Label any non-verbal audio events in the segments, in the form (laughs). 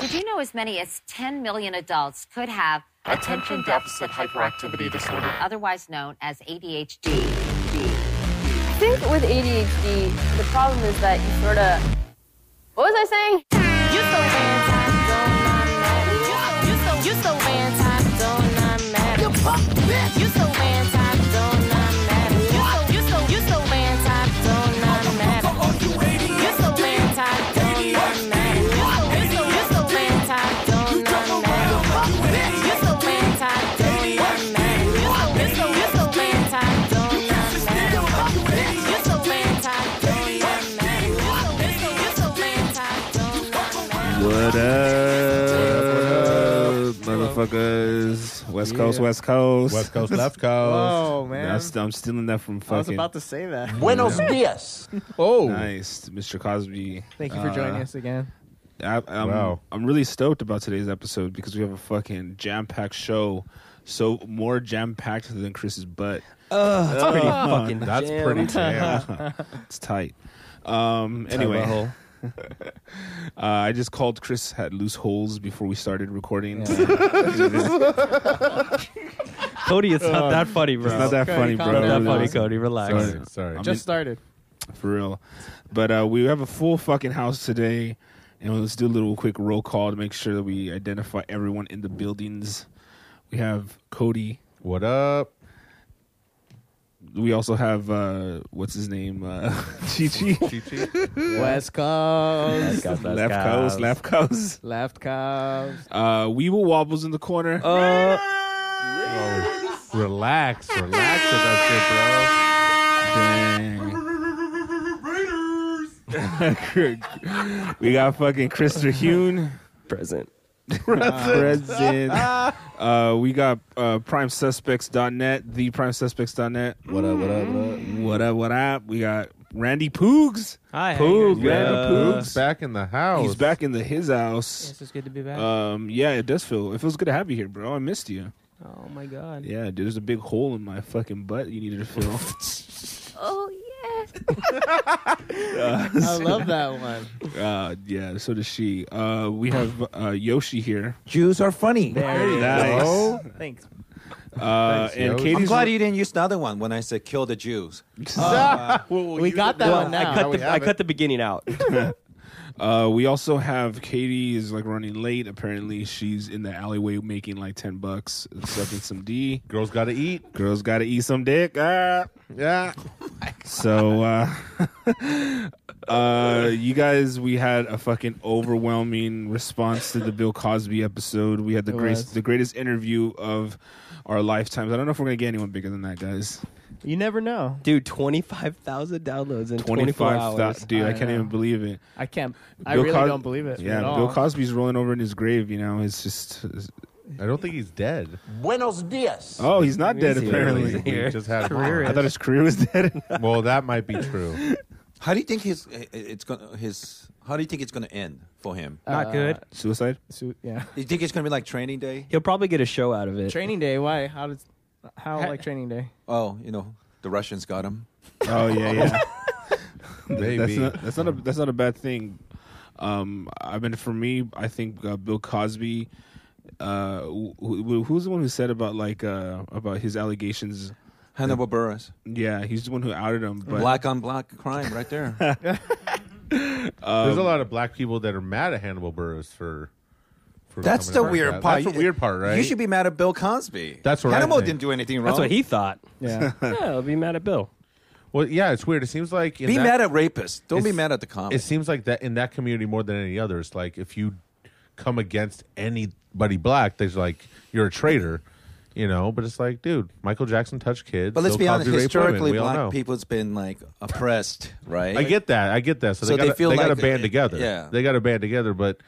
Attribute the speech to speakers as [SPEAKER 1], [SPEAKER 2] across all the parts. [SPEAKER 1] Did you know as many as 10 million adults could have
[SPEAKER 2] Attention deficit hyperactivity disorder.
[SPEAKER 1] otherwise known as ADHD?
[SPEAKER 3] I think with ADHD, the problem is that you sort of. What was I saying?
[SPEAKER 4] You so fantastic, don't I matter? You so, you so, you so fantastic, don't I matter? You punk bitch. You so fantastic, don't I matter? You so, you so, you so fantastic, don't I matter? You so fantastic, don't I matter? You so, you so, you so fantastic, don't I matter? You so fantastic, don't I matter? You so, you so, you so fantastic, don't I matter? You so fantastic, don't I matter? You so, you so, you so fantastic, don't I matter?
[SPEAKER 5] What up, motherfuckers? West Coast,
[SPEAKER 6] Yeah.
[SPEAKER 5] West Coast.
[SPEAKER 7] West Coast,
[SPEAKER 5] (laughs)
[SPEAKER 7] left coast.
[SPEAKER 6] Oh
[SPEAKER 5] I'm,
[SPEAKER 6] man,
[SPEAKER 5] st- I'm stealing that from fucking.
[SPEAKER 6] I was about to say that.
[SPEAKER 8] Buenos dias.
[SPEAKER 7] Oh,
[SPEAKER 5] Nice, Mr. Cosby. Uh,
[SPEAKER 6] Thank
[SPEAKER 7] Uh,
[SPEAKER 6] you for joining us again.
[SPEAKER 5] I, I'm,
[SPEAKER 7] Wow.
[SPEAKER 5] I'm really stoked about today's episode because we have a fucking jam-packed show. So more jam-packed than Chris's butt.
[SPEAKER 8] That's pretty fucking
[SPEAKER 7] that's
[SPEAKER 8] jam. (laughs)
[SPEAKER 7] pretty damn.
[SPEAKER 5] It's tight. Um. Anyway, (laughs) uh, I just called Chris had loose holes before we started recording.
[SPEAKER 8] (laughs) Cody, it's not that funny, bro.
[SPEAKER 5] Uh, It's not that
[SPEAKER 6] Okay,
[SPEAKER 5] funny,
[SPEAKER 6] calm
[SPEAKER 5] bro.
[SPEAKER 6] down.
[SPEAKER 8] Not
[SPEAKER 5] Really
[SPEAKER 8] that funny,
[SPEAKER 5] wasn't.
[SPEAKER 8] Cody. Relax.
[SPEAKER 7] sorry, sorry.
[SPEAKER 5] I'm
[SPEAKER 6] (laughs) Just
[SPEAKER 5] in-
[SPEAKER 6] started.
[SPEAKER 5] for real. But uh, we have a full fucking house today, and let's do a little quick roll call to make sure that we identify everyone in the buildings. We have Cody.
[SPEAKER 7] what up?
[SPEAKER 5] We also have uh, what's his name, uh, (laughs) Chi Chi.
[SPEAKER 6] (laughs) West Coast,
[SPEAKER 8] Guys, guys,
[SPEAKER 5] Left
[SPEAKER 8] guys.
[SPEAKER 5] coast, left coast.
[SPEAKER 6] left coast.
[SPEAKER 5] Uh, Weeble wobbles in the corner.
[SPEAKER 8] Uh,
[SPEAKER 7] Oh, relax, relax with that
[SPEAKER 5] Dang. (laughs) we got fucking Krister Hune.
[SPEAKER 8] present.
[SPEAKER 5] Present. (laughs) Uh, we got uh, primesuspects.net, theprimesuspects.net.
[SPEAKER 7] shit, bro. What up? What up? What up?
[SPEAKER 5] What up? What up? We got Randy Poogs.
[SPEAKER 8] Hi,
[SPEAKER 5] Poog,
[SPEAKER 8] how you
[SPEAKER 5] man,
[SPEAKER 8] guys
[SPEAKER 5] Poog.
[SPEAKER 8] doing?
[SPEAKER 7] Who's back in the house?
[SPEAKER 5] He's back in the his house.
[SPEAKER 8] It's just good to be back.
[SPEAKER 6] Uh,
[SPEAKER 5] Um, yeah, it does feel. It feels good to have you here, bro. I missed you.
[SPEAKER 8] oh my god.
[SPEAKER 5] Yeah, dude. There's a big hole in my fucking butt. You needed to fill.
[SPEAKER 8] (laughs)
[SPEAKER 3] Oh yeah.
[SPEAKER 9] (laughs)
[SPEAKER 5] (laughs)
[SPEAKER 6] I love that one.
[SPEAKER 5] uh, yeah. So does she. Uh, we have uh, Yoshi here.
[SPEAKER 10] Jews are funny.
[SPEAKER 6] There you
[SPEAKER 5] Nice.
[SPEAKER 6] go.
[SPEAKER 7] (laughs)
[SPEAKER 6] Thanks.
[SPEAKER 5] Uh,
[SPEAKER 7] Thanks,
[SPEAKER 5] and
[SPEAKER 7] Yoshi.
[SPEAKER 5] Katie's.
[SPEAKER 10] I'm glad you didn't use the other one when I said kill the
[SPEAKER 5] (laughs)
[SPEAKER 10] Jews.
[SPEAKER 6] Uh,
[SPEAKER 10] uh,
[SPEAKER 6] (laughs) We got that one
[SPEAKER 8] I
[SPEAKER 6] now.
[SPEAKER 8] cut,
[SPEAKER 7] we
[SPEAKER 8] the,
[SPEAKER 7] have
[SPEAKER 8] I
[SPEAKER 7] it.
[SPEAKER 8] cut the beginning out.
[SPEAKER 5] (laughs) Uh, we also have Katie is like running late. Apparently, she's in the alleyway making like ten bucks, sucking some D.
[SPEAKER 7] Girls got to eat.
[SPEAKER 5] Girls got to eat some dick. Ah.
[SPEAKER 7] Yeah.
[SPEAKER 5] So uh (laughs) uh you guys we had a fucking overwhelming response to the Bill Cosby episode. We had the
[SPEAKER 6] It
[SPEAKER 5] greatest
[SPEAKER 6] was.
[SPEAKER 5] the greatest interview of our lifetimes. I don't know if we're going to get anyone bigger than that, guys.
[SPEAKER 6] You never know.
[SPEAKER 8] Dude, 25,000 downloads in 24
[SPEAKER 5] 25
[SPEAKER 8] hours.
[SPEAKER 5] thou- dude, I,
[SPEAKER 6] I
[SPEAKER 5] can't
[SPEAKER 6] know.
[SPEAKER 5] even believe it.
[SPEAKER 6] I can't. I
[SPEAKER 5] Bill
[SPEAKER 6] really
[SPEAKER 5] Cos-
[SPEAKER 6] don't believe it.
[SPEAKER 5] Yeah,
[SPEAKER 6] at all.
[SPEAKER 5] Bill Cosby's rolling over in his grave, you know. It's just
[SPEAKER 7] I don't think he's dead.
[SPEAKER 8] Buenos dias.
[SPEAKER 5] Oh, he's not dead
[SPEAKER 8] He's here.
[SPEAKER 5] apparently.
[SPEAKER 8] He's here.
[SPEAKER 7] We just had
[SPEAKER 8] Career
[SPEAKER 5] I thought his career was dead. (laughs)
[SPEAKER 7] Well, that might (laughs) be
[SPEAKER 10] (laughs)
[SPEAKER 7] true.
[SPEAKER 10] How do you think his it's gonna his How do you think it's gonna end for him?
[SPEAKER 6] Uh,
[SPEAKER 8] Not good.
[SPEAKER 5] Suicide?
[SPEAKER 6] So- yeah.
[SPEAKER 10] You think it's gonna be like Training Day?
[SPEAKER 8] He'll probably get a show out of it.
[SPEAKER 6] Training day. Why? How does? How like training day?
[SPEAKER 10] Oh, you know the Russians got him.
[SPEAKER 5] Oh
[SPEAKER 10] (laughs)
[SPEAKER 5] yeah, yeah.
[SPEAKER 7] Maybe.
[SPEAKER 5] That's not that's not a that's not a bad thing. Um, I mean, for me, I think uh, Bill Cosby. Uh, who, who- who's the one who said about like uh about his allegations?
[SPEAKER 10] Hannibal Buress.
[SPEAKER 5] Yeah, he's the one who outed him. But (laughs)
[SPEAKER 10] Black on black crime
[SPEAKER 7] (laughs)
[SPEAKER 10] right there.
[SPEAKER 7] There's a lot of black people that are mad at Hannibal Burris for. for
[SPEAKER 10] That's
[SPEAKER 7] coming
[SPEAKER 10] the
[SPEAKER 7] out
[SPEAKER 10] weird
[SPEAKER 7] with that.
[SPEAKER 10] part.
[SPEAKER 7] That's the weird part, right?
[SPEAKER 10] You should be mad at Bill Cosby.
[SPEAKER 7] That's what I
[SPEAKER 10] Hannibal
[SPEAKER 7] think.
[SPEAKER 10] didn't do anything wrong.
[SPEAKER 8] That's what he thought.
[SPEAKER 7] (laughs)
[SPEAKER 6] Yeah.
[SPEAKER 8] yeah, I'll be mad at Bill.
[SPEAKER 7] Well, yeah, it's weird. It seems like in
[SPEAKER 10] (laughs) Be
[SPEAKER 7] that-
[SPEAKER 10] mad at rapists. Don't be
[SPEAKER 7] It's-
[SPEAKER 10] mad at the comics.
[SPEAKER 7] it seems like that in that community more than any other. It's like if you come against anybody black, there's like you're a traitor, you know. But it's like, dude, Michael Jackson touched kids.
[SPEAKER 10] but let's
[SPEAKER 7] Bill
[SPEAKER 10] be honest.
[SPEAKER 7] Cosby raped women.
[SPEAKER 10] Historically,
[SPEAKER 7] We all
[SPEAKER 10] black
[SPEAKER 7] know.
[SPEAKER 10] people's been like oppressed, right?
[SPEAKER 7] I get that. I get that. So,
[SPEAKER 10] So
[SPEAKER 7] they,
[SPEAKER 10] they
[SPEAKER 7] gotta,
[SPEAKER 10] feel
[SPEAKER 7] they got to
[SPEAKER 10] like-
[SPEAKER 7] band together.
[SPEAKER 10] yeah.
[SPEAKER 7] they got to band together, but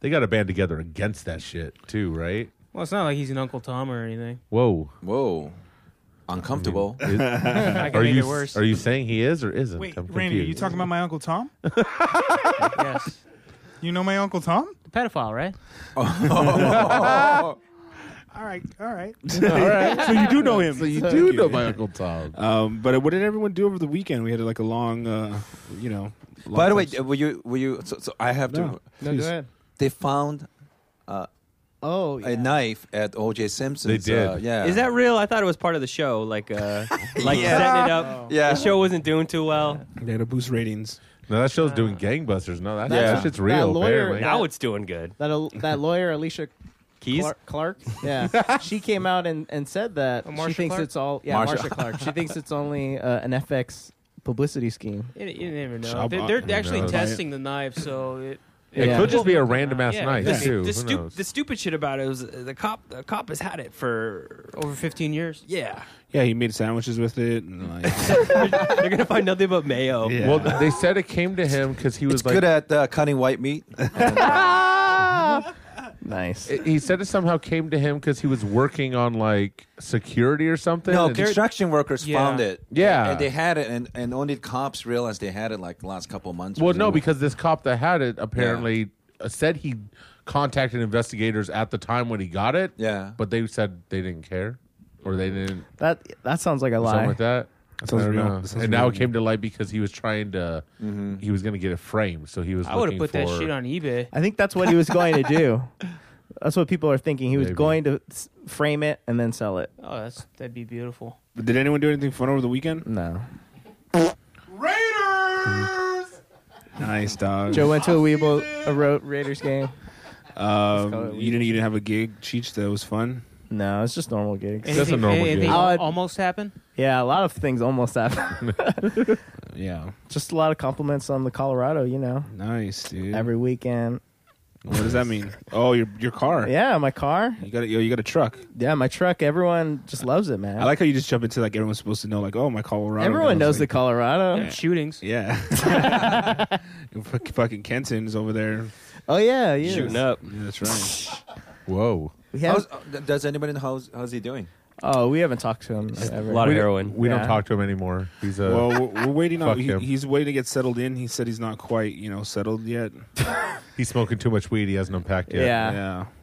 [SPEAKER 7] they got to band together against that shit too, right?
[SPEAKER 9] Well, it's not like he's an Uncle Tom or anything.
[SPEAKER 7] Whoa.
[SPEAKER 10] Whoa, uncomfortable. (laughs)
[SPEAKER 9] I can
[SPEAKER 7] Are
[SPEAKER 9] make
[SPEAKER 7] you
[SPEAKER 9] it worse.
[SPEAKER 7] are you saying he is or isn't?
[SPEAKER 9] Wait,
[SPEAKER 7] I'm
[SPEAKER 9] Randy, are you
[SPEAKER 7] confused.
[SPEAKER 9] talking about
[SPEAKER 11] my
[SPEAKER 7] (laughs)
[SPEAKER 11] Uncle Tom?
[SPEAKER 9] yes.
[SPEAKER 11] You know my Uncle Tom?
[SPEAKER 9] The pedophile,
[SPEAKER 11] (laughs)
[SPEAKER 9] right?
[SPEAKER 11] All
[SPEAKER 7] (laughs)
[SPEAKER 11] right, (laughs) all right.
[SPEAKER 5] so you do know him.
[SPEAKER 7] So you do know my Uncle Tom.
[SPEAKER 5] Um, but what did everyone do over the weekend? We had like a long, uh, you know. long
[SPEAKER 10] By the way,
[SPEAKER 5] conversation.
[SPEAKER 10] were you were you? So, so I have
[SPEAKER 5] No.
[SPEAKER 10] to.
[SPEAKER 6] No, go ahead.
[SPEAKER 10] They found uh,
[SPEAKER 12] oh,
[SPEAKER 10] a knife at O.J. Simpson's. Uh, yeah.
[SPEAKER 8] Is that real? I thought it was part of the show. Like, (laughs) uh, like
[SPEAKER 10] Yeah.
[SPEAKER 8] setting it up.
[SPEAKER 10] Yeah.
[SPEAKER 8] The show wasn't doing too well.
[SPEAKER 5] They had to boost ratings.
[SPEAKER 7] No, that show's doing gangbusters. No, that,
[SPEAKER 8] Yeah.
[SPEAKER 7] that shit's
[SPEAKER 8] That
[SPEAKER 7] real.
[SPEAKER 8] lawyer-
[SPEAKER 7] barely.
[SPEAKER 8] Now it's doing good.
[SPEAKER 6] That al-
[SPEAKER 7] (laughs)
[SPEAKER 6] that lawyer Alicia
[SPEAKER 8] Keys?
[SPEAKER 6] Clark, Clark? yeah, she came out and, and said that
[SPEAKER 8] Oh,
[SPEAKER 6] she
[SPEAKER 8] Marcia
[SPEAKER 6] thinks
[SPEAKER 8] Clark?
[SPEAKER 6] it's all yeah
[SPEAKER 8] Marcia.
[SPEAKER 6] Marsha, Clark. She thinks it's only uh, an FX publicity scheme.
[SPEAKER 9] (laughs) You, you never know.
[SPEAKER 6] Shop-
[SPEAKER 9] They're, they're
[SPEAKER 6] Who
[SPEAKER 9] actually
[SPEAKER 6] knows?
[SPEAKER 9] testing the knife, so it.
[SPEAKER 7] It could just be a random ass
[SPEAKER 9] Yeah,
[SPEAKER 7] knife
[SPEAKER 9] yeah.
[SPEAKER 7] too.
[SPEAKER 8] The,
[SPEAKER 7] Who
[SPEAKER 8] stu-
[SPEAKER 7] knows?
[SPEAKER 8] the stupid shit about it was uh, the cop. The cop has had it for
[SPEAKER 9] over 15 years.
[SPEAKER 8] Yeah,
[SPEAKER 5] Yeah, he made sandwiches with it. And like,
[SPEAKER 8] (laughs) they're gonna find nothing but mayo.
[SPEAKER 5] Yeah.
[SPEAKER 7] Well, they said it came to him because he was
[SPEAKER 10] It's
[SPEAKER 7] like
[SPEAKER 10] good at uh, cutting white meat.
[SPEAKER 6] Ah! nice.
[SPEAKER 7] He said it somehow came to him because he was working on like security or something.
[SPEAKER 10] No,
[SPEAKER 7] and-
[SPEAKER 10] construction workers found it.
[SPEAKER 7] Yeah.
[SPEAKER 10] And they had it, and, and only cops realized they had it like last couple months.
[SPEAKER 7] Well, no, because this cop that had it apparently uh said he contacted investigators at the time when he got it. Yeah, but they said they didn't care or they didn't
[SPEAKER 6] That that sounds like a lie.
[SPEAKER 7] something like that.
[SPEAKER 6] Sounds
[SPEAKER 7] I don't
[SPEAKER 6] real.
[SPEAKER 7] know.
[SPEAKER 6] Sounds
[SPEAKER 7] and now
[SPEAKER 6] real.
[SPEAKER 7] it came to light because he was trying to, he was going to get it framed. So he was.
[SPEAKER 9] I would
[SPEAKER 7] looking
[SPEAKER 9] have put that
[SPEAKER 7] for-
[SPEAKER 9] shit on eBay.
[SPEAKER 6] I think that's what he was going
[SPEAKER 9] (laughs)
[SPEAKER 6] to do. That's what people are thinking. He was going to s- frame it and then sell it.
[SPEAKER 9] Oh, that's that'd be beautiful.
[SPEAKER 5] But did anyone do anything fun over the weekend?
[SPEAKER 6] No.
[SPEAKER 5] Mm. Nice dog.
[SPEAKER 6] Joe went to a Weeble a Ro- Raiders game.
[SPEAKER 5] Um, you didn't even have a gig, Cheech. That was fun.
[SPEAKER 6] No, it's just normal gigs.
[SPEAKER 9] Anything- anything al- almost happened.
[SPEAKER 6] Yeah, a lot of things almost happened.
[SPEAKER 7] (laughs)
[SPEAKER 5] yeah.
[SPEAKER 6] (laughs) Just a lot of compliments on the Colorado, you know.
[SPEAKER 5] Nice, dude.
[SPEAKER 6] Every weekend.
[SPEAKER 5] What does that mean? Oh, your your car.
[SPEAKER 6] Yeah, my car.
[SPEAKER 5] You got a, yo, you got a truck.
[SPEAKER 6] Yeah, my truck. Everyone just loves it, man.
[SPEAKER 5] I like how you just jump into like everyone's supposed to know like oh my Colorado.
[SPEAKER 6] Everyone
[SPEAKER 5] And I was
[SPEAKER 6] knows the Colorado.
[SPEAKER 5] Yeah.
[SPEAKER 9] Shootings.
[SPEAKER 6] (laughs)
[SPEAKER 5] Yeah. (laughs) Fuck- fucking Kenton's over there.
[SPEAKER 6] Oh yeah, yeah.
[SPEAKER 5] Shooting up. Yeah, that's
[SPEAKER 6] (laughs)
[SPEAKER 5] right.
[SPEAKER 7] Whoa.
[SPEAKER 10] How's, uh, th- does anybody know how's, how's he doing?
[SPEAKER 6] Oh, we haven't talked to him ever.
[SPEAKER 7] we don't- We don't talk to him anymore. He's a.
[SPEAKER 5] well, we're, we're
[SPEAKER 7] (laughs)
[SPEAKER 5] waiting
[SPEAKER 7] fuck
[SPEAKER 5] on. He,
[SPEAKER 7] him.
[SPEAKER 5] he's waiting to get settled in. He said he's not quite, you know, settled yet.
[SPEAKER 7] He's smoking too much weed. He hasn't unpacked yet.
[SPEAKER 6] Yeah.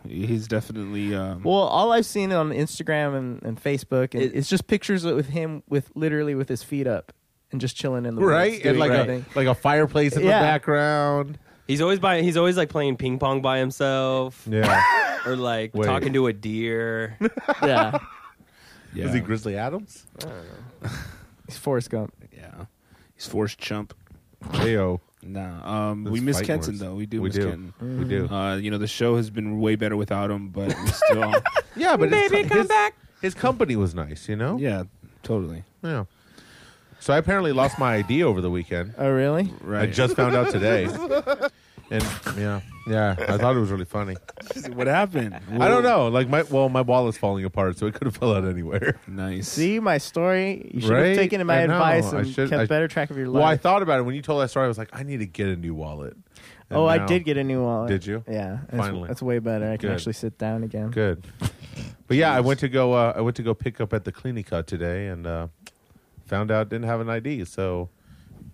[SPEAKER 5] yeah. He's definitely. Um,
[SPEAKER 6] Well, all I've seen on Instagram and, and Facebook, and it's just pictures with him with literally with his feet up and just chilling in the
[SPEAKER 7] Right,
[SPEAKER 6] woods,
[SPEAKER 7] (laughs)
[SPEAKER 6] doing
[SPEAKER 7] and like a
[SPEAKER 6] nothing.
[SPEAKER 7] like a fireplace in
[SPEAKER 6] Yeah.
[SPEAKER 7] the background.
[SPEAKER 8] He's always by. He's always like playing ping pong by himself.
[SPEAKER 7] Yeah.
[SPEAKER 8] (laughs) or like
[SPEAKER 7] Wait.
[SPEAKER 8] talking to a deer.
[SPEAKER 6] (laughs) yeah.
[SPEAKER 5] Yeah.
[SPEAKER 7] Is he Grizzly Adams?
[SPEAKER 8] I don't know.
[SPEAKER 6] He's Forrest Gump.
[SPEAKER 5] Yeah, he's Forrest Chump.
[SPEAKER 7] Ayo.
[SPEAKER 5] Nah, um,
[SPEAKER 7] Let's
[SPEAKER 5] we miss
[SPEAKER 7] fight
[SPEAKER 5] Kenton
[SPEAKER 7] words.
[SPEAKER 5] though. We do
[SPEAKER 7] We
[SPEAKER 5] miss
[SPEAKER 7] do.
[SPEAKER 5] Kenton.
[SPEAKER 7] We do.
[SPEAKER 5] Uh, you know, the show has been way better without him, but
[SPEAKER 7] (laughs)
[SPEAKER 5] we still.
[SPEAKER 7] Yeah, but his, his, his company was nice, you know.
[SPEAKER 5] Yeah, totally.
[SPEAKER 7] Yeah. So I apparently lost my ID over the weekend.
[SPEAKER 6] Oh, really?
[SPEAKER 7] Right. I just found out today, (laughs) and yeah, yeah, I thought it was really funny.
[SPEAKER 5] what happened?
[SPEAKER 7] I don't know. Like my well, my wallet's falling apart, so it could have fell out anywhere.
[SPEAKER 5] Nice.
[SPEAKER 6] See my story. You should
[SPEAKER 7] Right?
[SPEAKER 6] have taken my
[SPEAKER 7] I know.
[SPEAKER 6] advice
[SPEAKER 7] I
[SPEAKER 6] and
[SPEAKER 7] should-
[SPEAKER 6] kept
[SPEAKER 7] I-
[SPEAKER 6] better track of your life.
[SPEAKER 7] Well, I thought about it when you told that story. I was like, I need to get a new wallet. And
[SPEAKER 6] oh, I
[SPEAKER 7] now-
[SPEAKER 6] did get a new wallet.
[SPEAKER 7] Did you?
[SPEAKER 6] Yeah. That's,
[SPEAKER 7] Finally.
[SPEAKER 6] That's way better. I can
[SPEAKER 7] Good.
[SPEAKER 6] actually sit down again.
[SPEAKER 7] Good. But yeah, I went to go. Uh, I went to go pick up at the Clinica today, and uh, found out didn't have an ID, so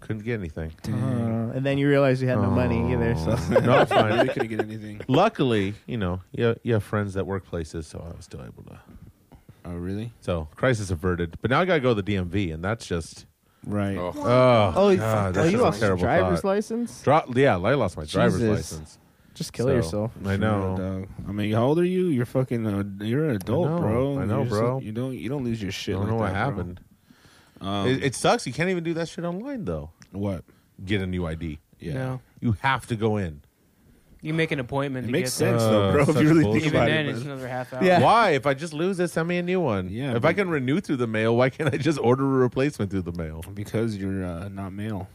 [SPEAKER 7] couldn't get anything.
[SPEAKER 6] Uh, and then you realize you had no money either. So
[SPEAKER 7] Oh. (laughs) no,
[SPEAKER 5] (laughs)
[SPEAKER 7] it's fine.
[SPEAKER 5] Really couldn't get anything.
[SPEAKER 7] Luckily, you know, you, you have friends that work places, so I was still able to.
[SPEAKER 5] Oh, really?
[SPEAKER 7] So crisis averted. But now I got to go to the DMV, and that's just
[SPEAKER 5] right.
[SPEAKER 7] Oh,
[SPEAKER 6] Oh, you-
[SPEAKER 7] God,
[SPEAKER 6] oh,
[SPEAKER 7] that's
[SPEAKER 6] you
[SPEAKER 7] just a
[SPEAKER 6] lost your
[SPEAKER 7] terrible
[SPEAKER 6] driver's
[SPEAKER 7] thought.
[SPEAKER 6] license?
[SPEAKER 7] Dro- yeah, I lost my driver's
[SPEAKER 5] Jesus.
[SPEAKER 7] license.
[SPEAKER 6] Just kill
[SPEAKER 7] So,
[SPEAKER 6] yourself.
[SPEAKER 7] I know.
[SPEAKER 5] Dog. I mean, how old are you? You're fucking. Uh, you're an adult,
[SPEAKER 7] know.
[SPEAKER 5] bro.
[SPEAKER 7] I know,
[SPEAKER 5] You're just-
[SPEAKER 7] bro.
[SPEAKER 5] you don't. You don't lose your shit.
[SPEAKER 7] I don't
[SPEAKER 5] like
[SPEAKER 7] know what
[SPEAKER 5] that, bro.
[SPEAKER 7] happened.
[SPEAKER 5] Um,
[SPEAKER 7] it, it sucks. You can't even do that shit online though.
[SPEAKER 5] What?
[SPEAKER 7] Get a new ID.
[SPEAKER 5] Yeah.
[SPEAKER 9] No.
[SPEAKER 7] You have to go in.
[SPEAKER 9] You make an appointment. to get there.
[SPEAKER 5] Uh,
[SPEAKER 9] Even then, it's another half hour.
[SPEAKER 7] Why? If I just lose it, send me a new one. Yeah. If I can renew through the mail, why can't I just order a replacement through the mail?
[SPEAKER 5] Because you're uh, not male.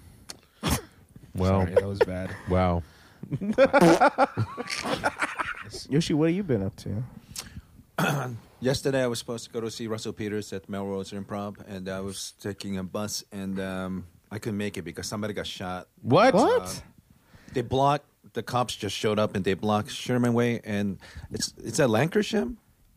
[SPEAKER 7] Well,
[SPEAKER 5] Sorry, that was
[SPEAKER 7] (laughs)
[SPEAKER 5] bad.
[SPEAKER 7] Wow.
[SPEAKER 6] (laughs) Yoshi, what have you been up to?
[SPEAKER 10] (laughs)
[SPEAKER 6] (clears throat)
[SPEAKER 10] Yesterday, I was supposed to go to see Russell Peters at Melrose Improv, and I was taking a bus, and um, I couldn't make it because somebody got shot. Uh,
[SPEAKER 7] What?
[SPEAKER 10] What? they blocked. The cops just showed up, and they blocked Sherman Way, and it's it's at Lancashire.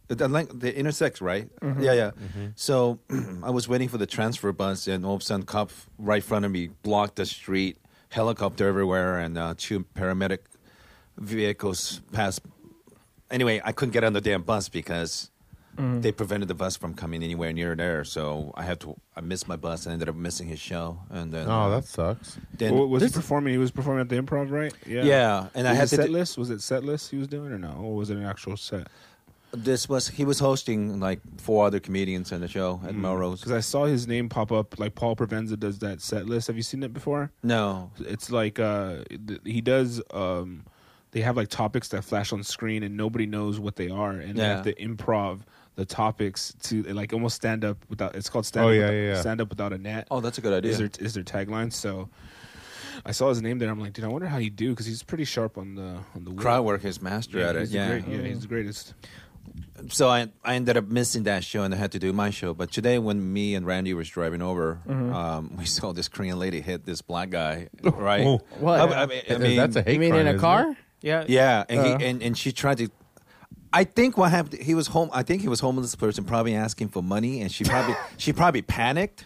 [SPEAKER 10] The, Lan- they intersect, right?
[SPEAKER 4] Mm-hmm.
[SPEAKER 2] Mhm.
[SPEAKER 10] Yeah, yeah. So (clears throat) I was waiting for the transfer bus, and all of a sudden, cop right in front of me blocked the street. Helicopter everywhere, and uh, two paramedic vehicles passed. Anyway, I couldn't get on the damn bus because
[SPEAKER 6] Mhm.
[SPEAKER 10] they prevented the bus from coming anywhere near there. So I had to, I missed my bus and ended up missing his show. And then, uh,
[SPEAKER 7] Oh, that sucks.
[SPEAKER 10] Then
[SPEAKER 5] Wa- was he performing? He was performing at the improv, right?
[SPEAKER 10] Yeah, and I
[SPEAKER 5] Was
[SPEAKER 10] had
[SPEAKER 5] it
[SPEAKER 10] to
[SPEAKER 5] set
[SPEAKER 10] do-
[SPEAKER 5] list. Was it set list he was doing, or no? Or was it an actual set?
[SPEAKER 10] this was he was hosting like four other comedians in the show at Melrose.
[SPEAKER 5] Because Hmm. I saw his name pop up. Like Paul Provenza does that set list. Have you seen it before?
[SPEAKER 10] No,
[SPEAKER 5] It's like uh, th- he does. Um, they have like topics that flash on screen, and nobody knows what they are, and they have
[SPEAKER 10] Yeah.
[SPEAKER 5] to improv the topics to like almost stand up without. It's called stand.
[SPEAKER 7] Oh,
[SPEAKER 5] up
[SPEAKER 7] yeah,
[SPEAKER 5] without,
[SPEAKER 7] yeah, yeah.
[SPEAKER 5] Stand up without a net.
[SPEAKER 10] Oh, that's a good idea.
[SPEAKER 5] Is their is their tagline? So. I saw his name there. I'm like, dude, I wonder how you do because he's pretty sharp on the on the wheel.
[SPEAKER 10] crowd work is master at it.
[SPEAKER 5] he's the
[SPEAKER 10] yeah, Mm-hmm.
[SPEAKER 5] great-
[SPEAKER 7] Mm-hmm.
[SPEAKER 5] yeah, he's the greatest.
[SPEAKER 10] so I, I ended up missing that show and I had to do my show. But today, when me and Randy was driving over,
[SPEAKER 6] Mhm.
[SPEAKER 10] um, we (laughs) saw this Korean lady hit this black guy, right?
[SPEAKER 7] Oh.
[SPEAKER 6] What?
[SPEAKER 10] I, I mean, I
[SPEAKER 7] That's
[SPEAKER 10] mean-
[SPEAKER 7] a hate
[SPEAKER 6] you mean
[SPEAKER 7] crime,
[SPEAKER 6] in a
[SPEAKER 7] isn't
[SPEAKER 6] car?
[SPEAKER 7] it?
[SPEAKER 9] Yeah.
[SPEAKER 10] Yeah, and,
[SPEAKER 6] Uh.
[SPEAKER 10] he, and and she tried to. I think what happened. He was home. I think he was homeless person, probably asking for money, and she probably she probably panicked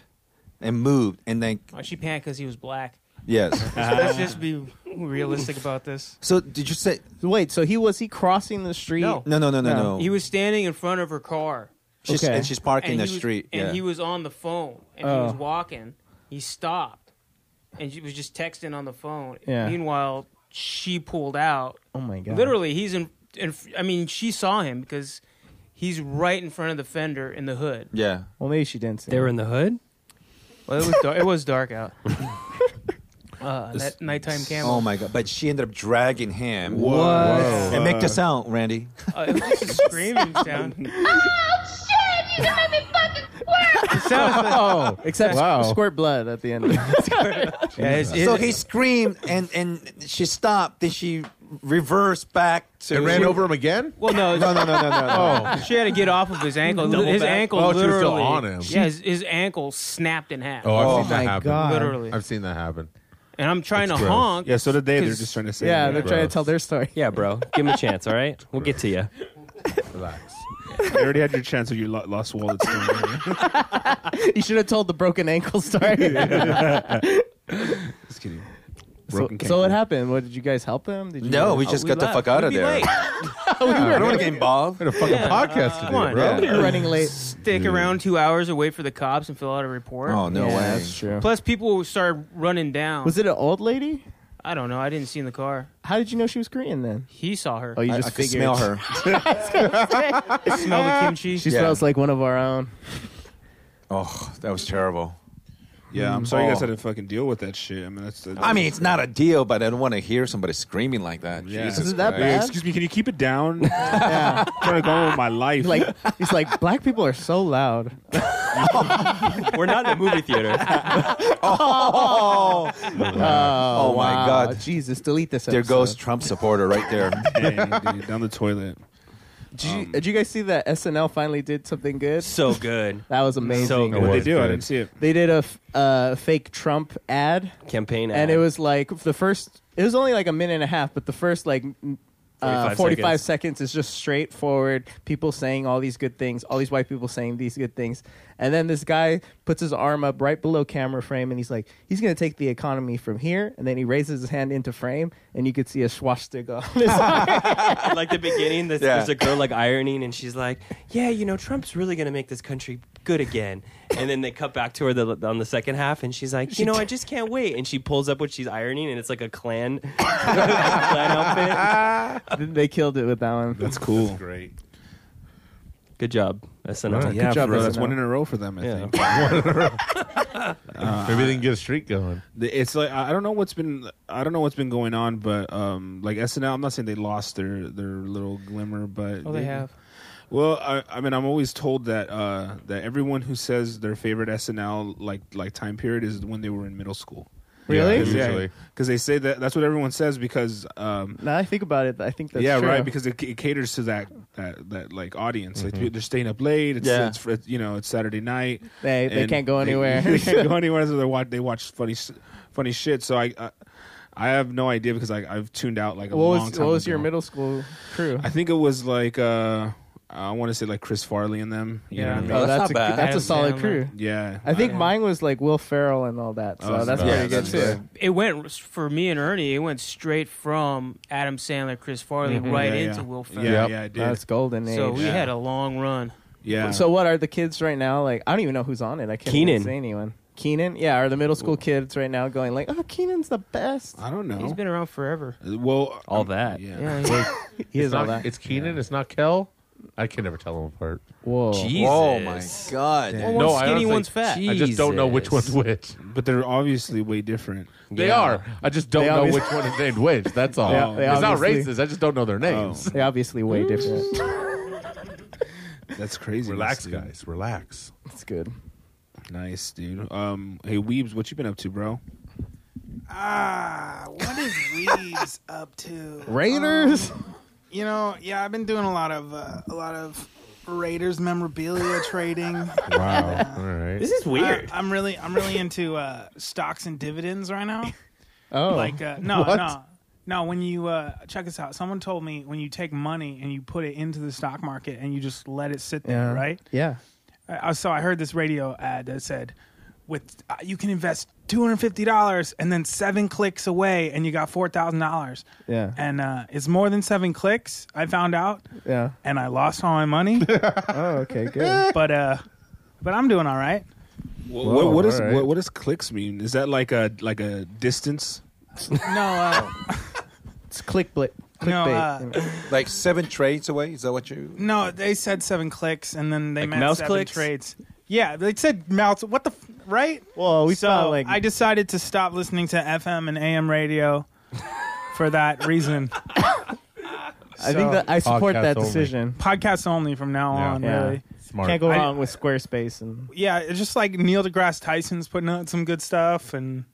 [SPEAKER 10] and moved, and then
[SPEAKER 9] Oh, she panicked because he was black.
[SPEAKER 10] yes.
[SPEAKER 9] So (laughs) let's just be realistic about this.
[SPEAKER 10] So did you say
[SPEAKER 6] Wait, so he was he crossing the street?
[SPEAKER 9] No.
[SPEAKER 10] no? No, no, no,
[SPEAKER 6] No.
[SPEAKER 10] no.
[SPEAKER 9] He was standing in front of her car.
[SPEAKER 10] she's,
[SPEAKER 6] Okay.
[SPEAKER 10] And she's parking
[SPEAKER 9] and
[SPEAKER 10] the
[SPEAKER 9] he was-
[SPEAKER 10] street.
[SPEAKER 9] And
[SPEAKER 10] yeah.
[SPEAKER 9] he was on the phone, and he
[SPEAKER 6] Oh.
[SPEAKER 9] was walking. He stopped, and she was just texting on the phone.
[SPEAKER 6] Yeah.
[SPEAKER 9] Meanwhile, she pulled out.
[SPEAKER 6] Oh my god. (laughs)
[SPEAKER 9] Literally, he's in, in. I mean, she saw him because he's right in front of the fender in the hood.
[SPEAKER 10] yeah.
[SPEAKER 6] Well, maybe she didn't. See
[SPEAKER 8] They
[SPEAKER 6] him.
[SPEAKER 8] were in the hood.
[SPEAKER 9] Well, it was dark, it was dark out. Uh, that nighttime camera.
[SPEAKER 10] Oh my god! But she ended up dragging him.
[SPEAKER 5] What?
[SPEAKER 10] And make the sound, Randy.
[SPEAKER 9] Uh, it was just a screaming
[SPEAKER 10] (laughs)
[SPEAKER 9] sound.
[SPEAKER 10] Ah,
[SPEAKER 9] It sounds like-
[SPEAKER 6] Oh, (laughs) except
[SPEAKER 7] Wow.
[SPEAKER 6] squirt blood at the end. Of it. (laughs)
[SPEAKER 9] Yeah, it's- it-
[SPEAKER 10] So he screamed, and and she stopped. Then she reversed back to
[SPEAKER 7] And ran over him again?
[SPEAKER 9] well, no,
[SPEAKER 7] No, no, no, no, no. no.
[SPEAKER 9] Oh. she had to get off of his ankle. his
[SPEAKER 8] back?
[SPEAKER 9] ankle
[SPEAKER 7] Oh, she was still
[SPEAKER 9] literally.
[SPEAKER 7] on him.
[SPEAKER 9] Yeah, his, his ankle snapped in half.
[SPEAKER 7] Oh, I've
[SPEAKER 10] Oh
[SPEAKER 7] seen that
[SPEAKER 6] my
[SPEAKER 7] happen.
[SPEAKER 6] God.
[SPEAKER 9] literally.
[SPEAKER 7] I've seen that happen.
[SPEAKER 9] and I'm trying to
[SPEAKER 7] gross.
[SPEAKER 9] honk.
[SPEAKER 5] Yeah, so did they. They're
[SPEAKER 9] 'cause-
[SPEAKER 5] just trying to say.
[SPEAKER 6] yeah,
[SPEAKER 5] that.
[SPEAKER 6] they're trying
[SPEAKER 7] (laughs)
[SPEAKER 6] to tell (laughs) their story.
[SPEAKER 8] Yeah, bro. Give him a chance, all
[SPEAKER 6] (laughs)
[SPEAKER 8] right? We'll get to you.
[SPEAKER 7] Relax.
[SPEAKER 5] You already had your chance with your lo-
[SPEAKER 10] (coughs)
[SPEAKER 5] lost wallet story.
[SPEAKER 6] (laughs) you should have told the broken ankle story.
[SPEAKER 9] (laughs)
[SPEAKER 5] Just kidding.
[SPEAKER 6] so,
[SPEAKER 5] Broken
[SPEAKER 6] so
[SPEAKER 5] cankle.
[SPEAKER 6] what happened? What did you guys help him? Did you
[SPEAKER 10] No, we just
[SPEAKER 9] we
[SPEAKER 10] got the
[SPEAKER 9] left.
[SPEAKER 10] fuck out of
[SPEAKER 9] We'd be
[SPEAKER 10] there.
[SPEAKER 9] late.
[SPEAKER 10] I don't want to get involved.
[SPEAKER 7] We had a fucking
[SPEAKER 9] Yeah.
[SPEAKER 7] podcast to do,
[SPEAKER 9] Come on,
[SPEAKER 7] bro.
[SPEAKER 6] You're running late.
[SPEAKER 9] Stick around two hours and wait for the cops and fill out a report.
[SPEAKER 10] Oh no
[SPEAKER 6] yeah,
[SPEAKER 10] way!
[SPEAKER 6] that's true.
[SPEAKER 9] Plus, people started running down.
[SPEAKER 6] Was it an old lady?
[SPEAKER 9] I don't know. I didn't see in the car.
[SPEAKER 6] How did you know she was Korean then?
[SPEAKER 9] He saw her.
[SPEAKER 6] Oh, you
[SPEAKER 10] I,
[SPEAKER 6] just
[SPEAKER 10] I could smell (laughs)
[SPEAKER 6] figured.
[SPEAKER 9] (laughs)
[SPEAKER 10] her.
[SPEAKER 9] I smelled the kimchi.
[SPEAKER 6] She
[SPEAKER 10] Yeah.
[SPEAKER 6] smells like one of our own.
[SPEAKER 10] Oh, that was terrible.
[SPEAKER 5] Yeah, I'm sorry you guys
[SPEAKER 10] Oh.
[SPEAKER 5] had to fucking deal with that shit. I mean, that's. that's
[SPEAKER 10] I mean, it's not a deal, but I don't want to hear somebody screaming like that.
[SPEAKER 5] Yeah.
[SPEAKER 10] Jesus
[SPEAKER 6] Isn't that
[SPEAKER 10] Christ.
[SPEAKER 5] Like,
[SPEAKER 6] bad?
[SPEAKER 5] excuse me, can you keep it down? I'm
[SPEAKER 6] (laughs) Yeah.
[SPEAKER 5] trying to go on with my life.
[SPEAKER 6] like he's like black people are so
[SPEAKER 10] (laughs)
[SPEAKER 6] loud.
[SPEAKER 8] We're not in a movie theater.
[SPEAKER 10] Oh,
[SPEAKER 6] (laughs) Oh,
[SPEAKER 10] my
[SPEAKER 6] wow.
[SPEAKER 10] God.
[SPEAKER 6] Jesus, delete this.
[SPEAKER 10] there
[SPEAKER 6] episode.
[SPEAKER 10] goes Trump supporter right there.
[SPEAKER 5] (laughs) Dang, dude, down the toilet.
[SPEAKER 6] Did you, did you guys see that SNL finally did something good?
[SPEAKER 8] Um, so good.
[SPEAKER 6] (laughs) That was amazing.
[SPEAKER 8] So
[SPEAKER 5] What
[SPEAKER 8] good.
[SPEAKER 5] they
[SPEAKER 7] was
[SPEAKER 5] do? I
[SPEAKER 7] good.
[SPEAKER 5] didn't see it.
[SPEAKER 6] They did a f- uh, fake Trump ad,
[SPEAKER 8] Campaign ad.
[SPEAKER 6] and it was like the first. It was only like a minute and a half, but the first like. m- Uh,
[SPEAKER 8] 45
[SPEAKER 6] 45 seconds is just straightforward people saying all these good things, all these white people saying these good things. And then this guy puts his arm up right below camera frame and he's like, he's going to take the economy from here. And then he raises his hand into frame and you could see a swastika on his (laughs)
[SPEAKER 8] (laughs)
[SPEAKER 6] arm.
[SPEAKER 8] like the beginning, there's,
[SPEAKER 10] Yeah.
[SPEAKER 8] there's a girl like ironing, and she's like, "Yeah, you know, Trump's really gonna make this country good again." And then they cut back to her the, on the second half, and she's like, "You know, I just can't wait." And she pulls up what she's ironing, and it's like (laughs) a Klan, Klan outfit.
[SPEAKER 6] they killed it with that one.
[SPEAKER 5] That's cool.
[SPEAKER 7] That's great.
[SPEAKER 8] Good job, SNL.
[SPEAKER 7] Right.
[SPEAKER 5] yeah,
[SPEAKER 6] Good job,
[SPEAKER 5] for real, that's
[SPEAKER 6] SNL.
[SPEAKER 5] one in a row for them. I
[SPEAKER 8] Yeah.
[SPEAKER 5] think (laughs)
[SPEAKER 7] (laughs) Maybe they can get a streak going.
[SPEAKER 5] The- it's like I I don't know what's been I don't know what's been going on, but um, like SNL. I'm not saying they lost their their little glimmer, but
[SPEAKER 9] oh, they have.
[SPEAKER 5] Well, I, I mean, I'm always told that uh, that everyone who says their favorite SNL like like time period is when they were in middle school.
[SPEAKER 6] Really?
[SPEAKER 7] usually.
[SPEAKER 5] because they say that that's what everyone says because um,
[SPEAKER 6] Now I think about it, I think that's
[SPEAKER 5] yeah
[SPEAKER 6] true.
[SPEAKER 5] right because it, it caters to that that, that like audience
[SPEAKER 7] Mm-hmm.
[SPEAKER 5] like they're staying up late it's,
[SPEAKER 10] Yeah.
[SPEAKER 5] it's fr- you know it's Saturday night
[SPEAKER 6] They- they
[SPEAKER 5] and
[SPEAKER 6] can't go
[SPEAKER 5] (laughs)
[SPEAKER 6] anywhere.
[SPEAKER 5] they, can't
[SPEAKER 6] (laughs)
[SPEAKER 5] go anywhere so they watch they watch funny s- funny shit so I. I I have no idea because I, I've tuned out like a
[SPEAKER 6] what
[SPEAKER 5] long
[SPEAKER 6] was
[SPEAKER 5] time
[SPEAKER 6] what was your
[SPEAKER 5] ago.
[SPEAKER 6] middle school crew?
[SPEAKER 5] I think it was like uh, I want to say like Chris Farley and them. You know
[SPEAKER 9] Yeah.
[SPEAKER 5] what I mean?
[SPEAKER 10] Oh, that's
[SPEAKER 6] that's
[SPEAKER 10] not
[SPEAKER 6] a
[SPEAKER 10] bad.
[SPEAKER 6] that's a
[SPEAKER 9] Adam
[SPEAKER 6] solid
[SPEAKER 9] Sandler.
[SPEAKER 6] crew.
[SPEAKER 5] Yeah,
[SPEAKER 6] I think mine was like Will Ferrell and all that, so
[SPEAKER 5] Oh, that's
[SPEAKER 6] that's pretty
[SPEAKER 5] bad.
[SPEAKER 6] good
[SPEAKER 5] That's
[SPEAKER 6] too.
[SPEAKER 9] It went for me and Ernie. It went straight from Adam Sandler, Chris Farley, right
[SPEAKER 5] Mm-hmm. Yeah,
[SPEAKER 9] into
[SPEAKER 5] yeah.
[SPEAKER 9] Will Ferrell.
[SPEAKER 5] Yeah,
[SPEAKER 7] Yep.
[SPEAKER 5] yeah, I did.
[SPEAKER 6] That's golden age.
[SPEAKER 9] So we
[SPEAKER 5] Yeah.
[SPEAKER 9] had a long run.
[SPEAKER 5] Yeah.
[SPEAKER 6] So what are the kids right now like? I don't even know who's on it. I can't
[SPEAKER 8] Keenan.
[SPEAKER 6] even say anyone. Keenan, yeah, are the middle school kids right now going like, "Oh, Keenan's the best."
[SPEAKER 5] I don't
[SPEAKER 9] He's been around forever.
[SPEAKER 5] Well,
[SPEAKER 8] all that.
[SPEAKER 9] Yeah.
[SPEAKER 7] Wait,
[SPEAKER 9] yeah.
[SPEAKER 7] (laughs)
[SPEAKER 6] He is
[SPEAKER 7] it's
[SPEAKER 6] all
[SPEAKER 7] not-
[SPEAKER 6] that.
[SPEAKER 7] It's Keenan. It's not Kel. I can never tell them apart.
[SPEAKER 6] Whoa.
[SPEAKER 8] Jesus.
[SPEAKER 10] Oh my god!
[SPEAKER 9] Well,
[SPEAKER 7] No,
[SPEAKER 9] one's
[SPEAKER 7] I
[SPEAKER 9] skinny,
[SPEAKER 7] honestly-
[SPEAKER 9] one's fat.
[SPEAKER 7] I just don't know which one's
[SPEAKER 8] Jesus.
[SPEAKER 7] which.
[SPEAKER 5] but they're obviously way different.
[SPEAKER 7] They
[SPEAKER 8] Yeah.
[SPEAKER 7] are. I just don't
[SPEAKER 6] They
[SPEAKER 7] know
[SPEAKER 6] obvious-
[SPEAKER 7] which one is named which. That's all.
[SPEAKER 6] They- they
[SPEAKER 7] it's not
[SPEAKER 6] obviously-
[SPEAKER 7] racist. I just don't
[SPEAKER 5] Oh.
[SPEAKER 7] know their names.
[SPEAKER 6] They obviously way different.
[SPEAKER 5] (laughs) That's crazy.
[SPEAKER 7] Relax,
[SPEAKER 5] dude.
[SPEAKER 7] guys. Relax.
[SPEAKER 6] That's good.
[SPEAKER 5] Nice, dude. Um, hey, Weebs, what you been up to, bro?
[SPEAKER 11] Ah, what is Weaves up to? Um,
[SPEAKER 6] Raiders.
[SPEAKER 11] You know, yeah, I've been doing a lot of uh, a lot of Raiders memorabilia trading.
[SPEAKER 7] Wow. all right.
[SPEAKER 8] This is weird.
[SPEAKER 11] I, am really I'm really into uh, stocks and dividends right now.
[SPEAKER 6] oh,
[SPEAKER 11] Like uh, no
[SPEAKER 6] What?
[SPEAKER 11] no no when you uh, check this out. Someone told me when you take money and you put it into the stock market and you just let it sit there,
[SPEAKER 6] yeah.
[SPEAKER 11] right?
[SPEAKER 6] Yeah.
[SPEAKER 11] I, I- so I heard this radio ad that said, "With uh, you can invest two hundred fifty dollars, and then seven clicks away, and you got four thousand dollars."
[SPEAKER 6] Yeah.
[SPEAKER 11] And uh, it's more than seven clicks. I found out,
[SPEAKER 6] Yeah.
[SPEAKER 11] and I lost all my money.
[SPEAKER 6] (laughs) Oh, okay, good.
[SPEAKER 11] but uh, but I'm doing all right.
[SPEAKER 5] What what, what is
[SPEAKER 7] all right.
[SPEAKER 5] what, what does clicks mean? Is that like a like a distance?
[SPEAKER 11] No, uh,
[SPEAKER 6] It's clickbait. Clickbait.
[SPEAKER 11] No, uh,
[SPEAKER 6] you know.
[SPEAKER 10] Like seven trades away. Is that what you?
[SPEAKER 11] no, they said seven clicks, and then they
[SPEAKER 8] Like
[SPEAKER 11] meant
[SPEAKER 8] mouse
[SPEAKER 11] seven
[SPEAKER 8] clicks?
[SPEAKER 11] trades. Yeah, they said mouse. What the f- right?
[SPEAKER 6] well, we
[SPEAKER 11] so
[SPEAKER 6] saw like
[SPEAKER 11] I decided to stop listening to FM and
[SPEAKER 6] (laughs)
[SPEAKER 11] AM radio for that reason. (laughs)
[SPEAKER 6] I think that I support
[SPEAKER 7] Podcast
[SPEAKER 6] that
[SPEAKER 7] only.
[SPEAKER 6] decision.
[SPEAKER 11] podcasts only from now
[SPEAKER 7] Yeah.
[SPEAKER 11] on,
[SPEAKER 6] Yeah.
[SPEAKER 11] really.
[SPEAKER 7] Smart.
[SPEAKER 6] Can't go
[SPEAKER 11] I-
[SPEAKER 6] wrong with Squarespace and
[SPEAKER 11] Yeah, it's just like Neil deGrasse Tyson's putting out some good stuff, and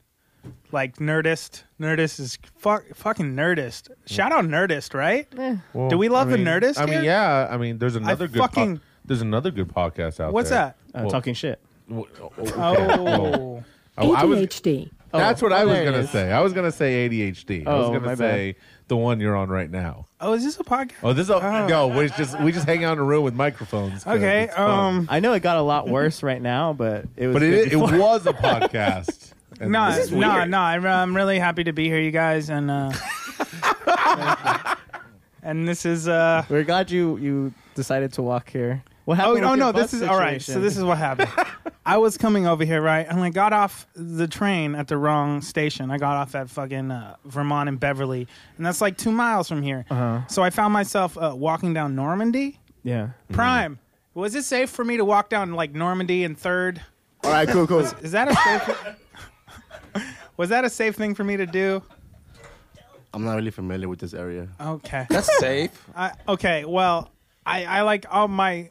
[SPEAKER 11] like Nerdist. Nerdist is fuck, fucking Nerdist. Shout out Nerdist, right?
[SPEAKER 7] Well,
[SPEAKER 11] Do we love
[SPEAKER 7] I
[SPEAKER 11] the
[SPEAKER 7] mean-
[SPEAKER 11] Nerdist
[SPEAKER 7] I mean,
[SPEAKER 11] here?
[SPEAKER 7] yeah. I mean, there's another good.
[SPEAKER 11] fucking-
[SPEAKER 7] po- there's another good podcast out
[SPEAKER 11] What's
[SPEAKER 7] there.
[SPEAKER 11] that?
[SPEAKER 6] uh,
[SPEAKER 7] Well,
[SPEAKER 6] talking shit.
[SPEAKER 7] w- okay. Well,
[SPEAKER 11] Oh,
[SPEAKER 7] oh, I was-
[SPEAKER 12] ADHD.
[SPEAKER 7] That's what I
[SPEAKER 6] oh,
[SPEAKER 7] was
[SPEAKER 6] there it
[SPEAKER 7] gonna
[SPEAKER 6] is.
[SPEAKER 7] say. I was gonna say ADHD. I was
[SPEAKER 6] Oh, my
[SPEAKER 7] gonna
[SPEAKER 6] bad.
[SPEAKER 7] say the one you're on right now.
[SPEAKER 11] oh, is this a podcast?
[SPEAKER 7] Oh, this is a, no. We just we just hang out in a room with microphones. 'cause
[SPEAKER 11] Okay,
[SPEAKER 7] it's fun.
[SPEAKER 11] um,
[SPEAKER 6] I know it got a lot worse right now, but it was.
[SPEAKER 7] but
[SPEAKER 6] good
[SPEAKER 7] it, it
[SPEAKER 6] before.
[SPEAKER 7] was a
[SPEAKER 6] (laughs)
[SPEAKER 7] podcast. And
[SPEAKER 11] no,
[SPEAKER 7] this is
[SPEAKER 11] no,
[SPEAKER 7] weird.
[SPEAKER 11] no. I'm, I'm really happy to be here, you guys, and uh, and this is uh.
[SPEAKER 6] We're glad you you decided to walk here. What
[SPEAKER 11] Oh,
[SPEAKER 6] happened?
[SPEAKER 11] oh
[SPEAKER 6] with your
[SPEAKER 11] no,
[SPEAKER 6] bus
[SPEAKER 11] this is all right. So
[SPEAKER 6] situation?
[SPEAKER 11] this is what happened.
[SPEAKER 6] (laughs)
[SPEAKER 11] I was coming over here, right, and I got off the train at the wrong station. I got off at fucking uh, Vermont and Beverly, and that's like two miles from here.
[SPEAKER 6] Uh-huh.
[SPEAKER 11] So I found myself uh, walking down Normandy
[SPEAKER 6] yeah.
[SPEAKER 11] Prime. Was it safe for me to walk down like Normandy and Third?
[SPEAKER 6] All right, cool, cool.
[SPEAKER 11] Is that a safe? (laughs) was that a safe thing for me to do?
[SPEAKER 13] I'm not really familiar with this area.
[SPEAKER 11] Okay.
[SPEAKER 10] That's safe.
[SPEAKER 11] (laughs) I, okay, well, I, I like all my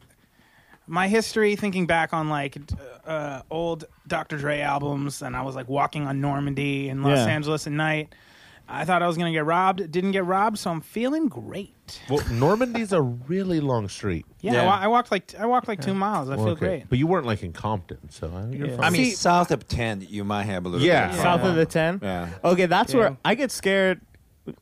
[SPEAKER 11] my history thinking back on like d- uh, old Dr. Dre albums, and I was like walking on Normandy in Los
[SPEAKER 6] Yeah.
[SPEAKER 11] Angeles at night. I thought I was gonna get robbed, didn't get robbed, so I'm feeling great.
[SPEAKER 7] Well, Normandy's a really long street.
[SPEAKER 11] Yeah,
[SPEAKER 10] Yeah.
[SPEAKER 11] I, wa- I walked like I walked like two miles. I feel
[SPEAKER 7] Okay.
[SPEAKER 11] great.
[SPEAKER 7] But you weren't like in Compton, so I- you're fine.
[SPEAKER 10] I mean,
[SPEAKER 11] See-
[SPEAKER 10] south of ten, you might have a little.
[SPEAKER 7] Yeah.
[SPEAKER 10] bit
[SPEAKER 6] South
[SPEAKER 10] problem.
[SPEAKER 6] of the ten.
[SPEAKER 10] Yeah.
[SPEAKER 6] Okay, that's
[SPEAKER 11] Yeah.
[SPEAKER 6] where I get scared.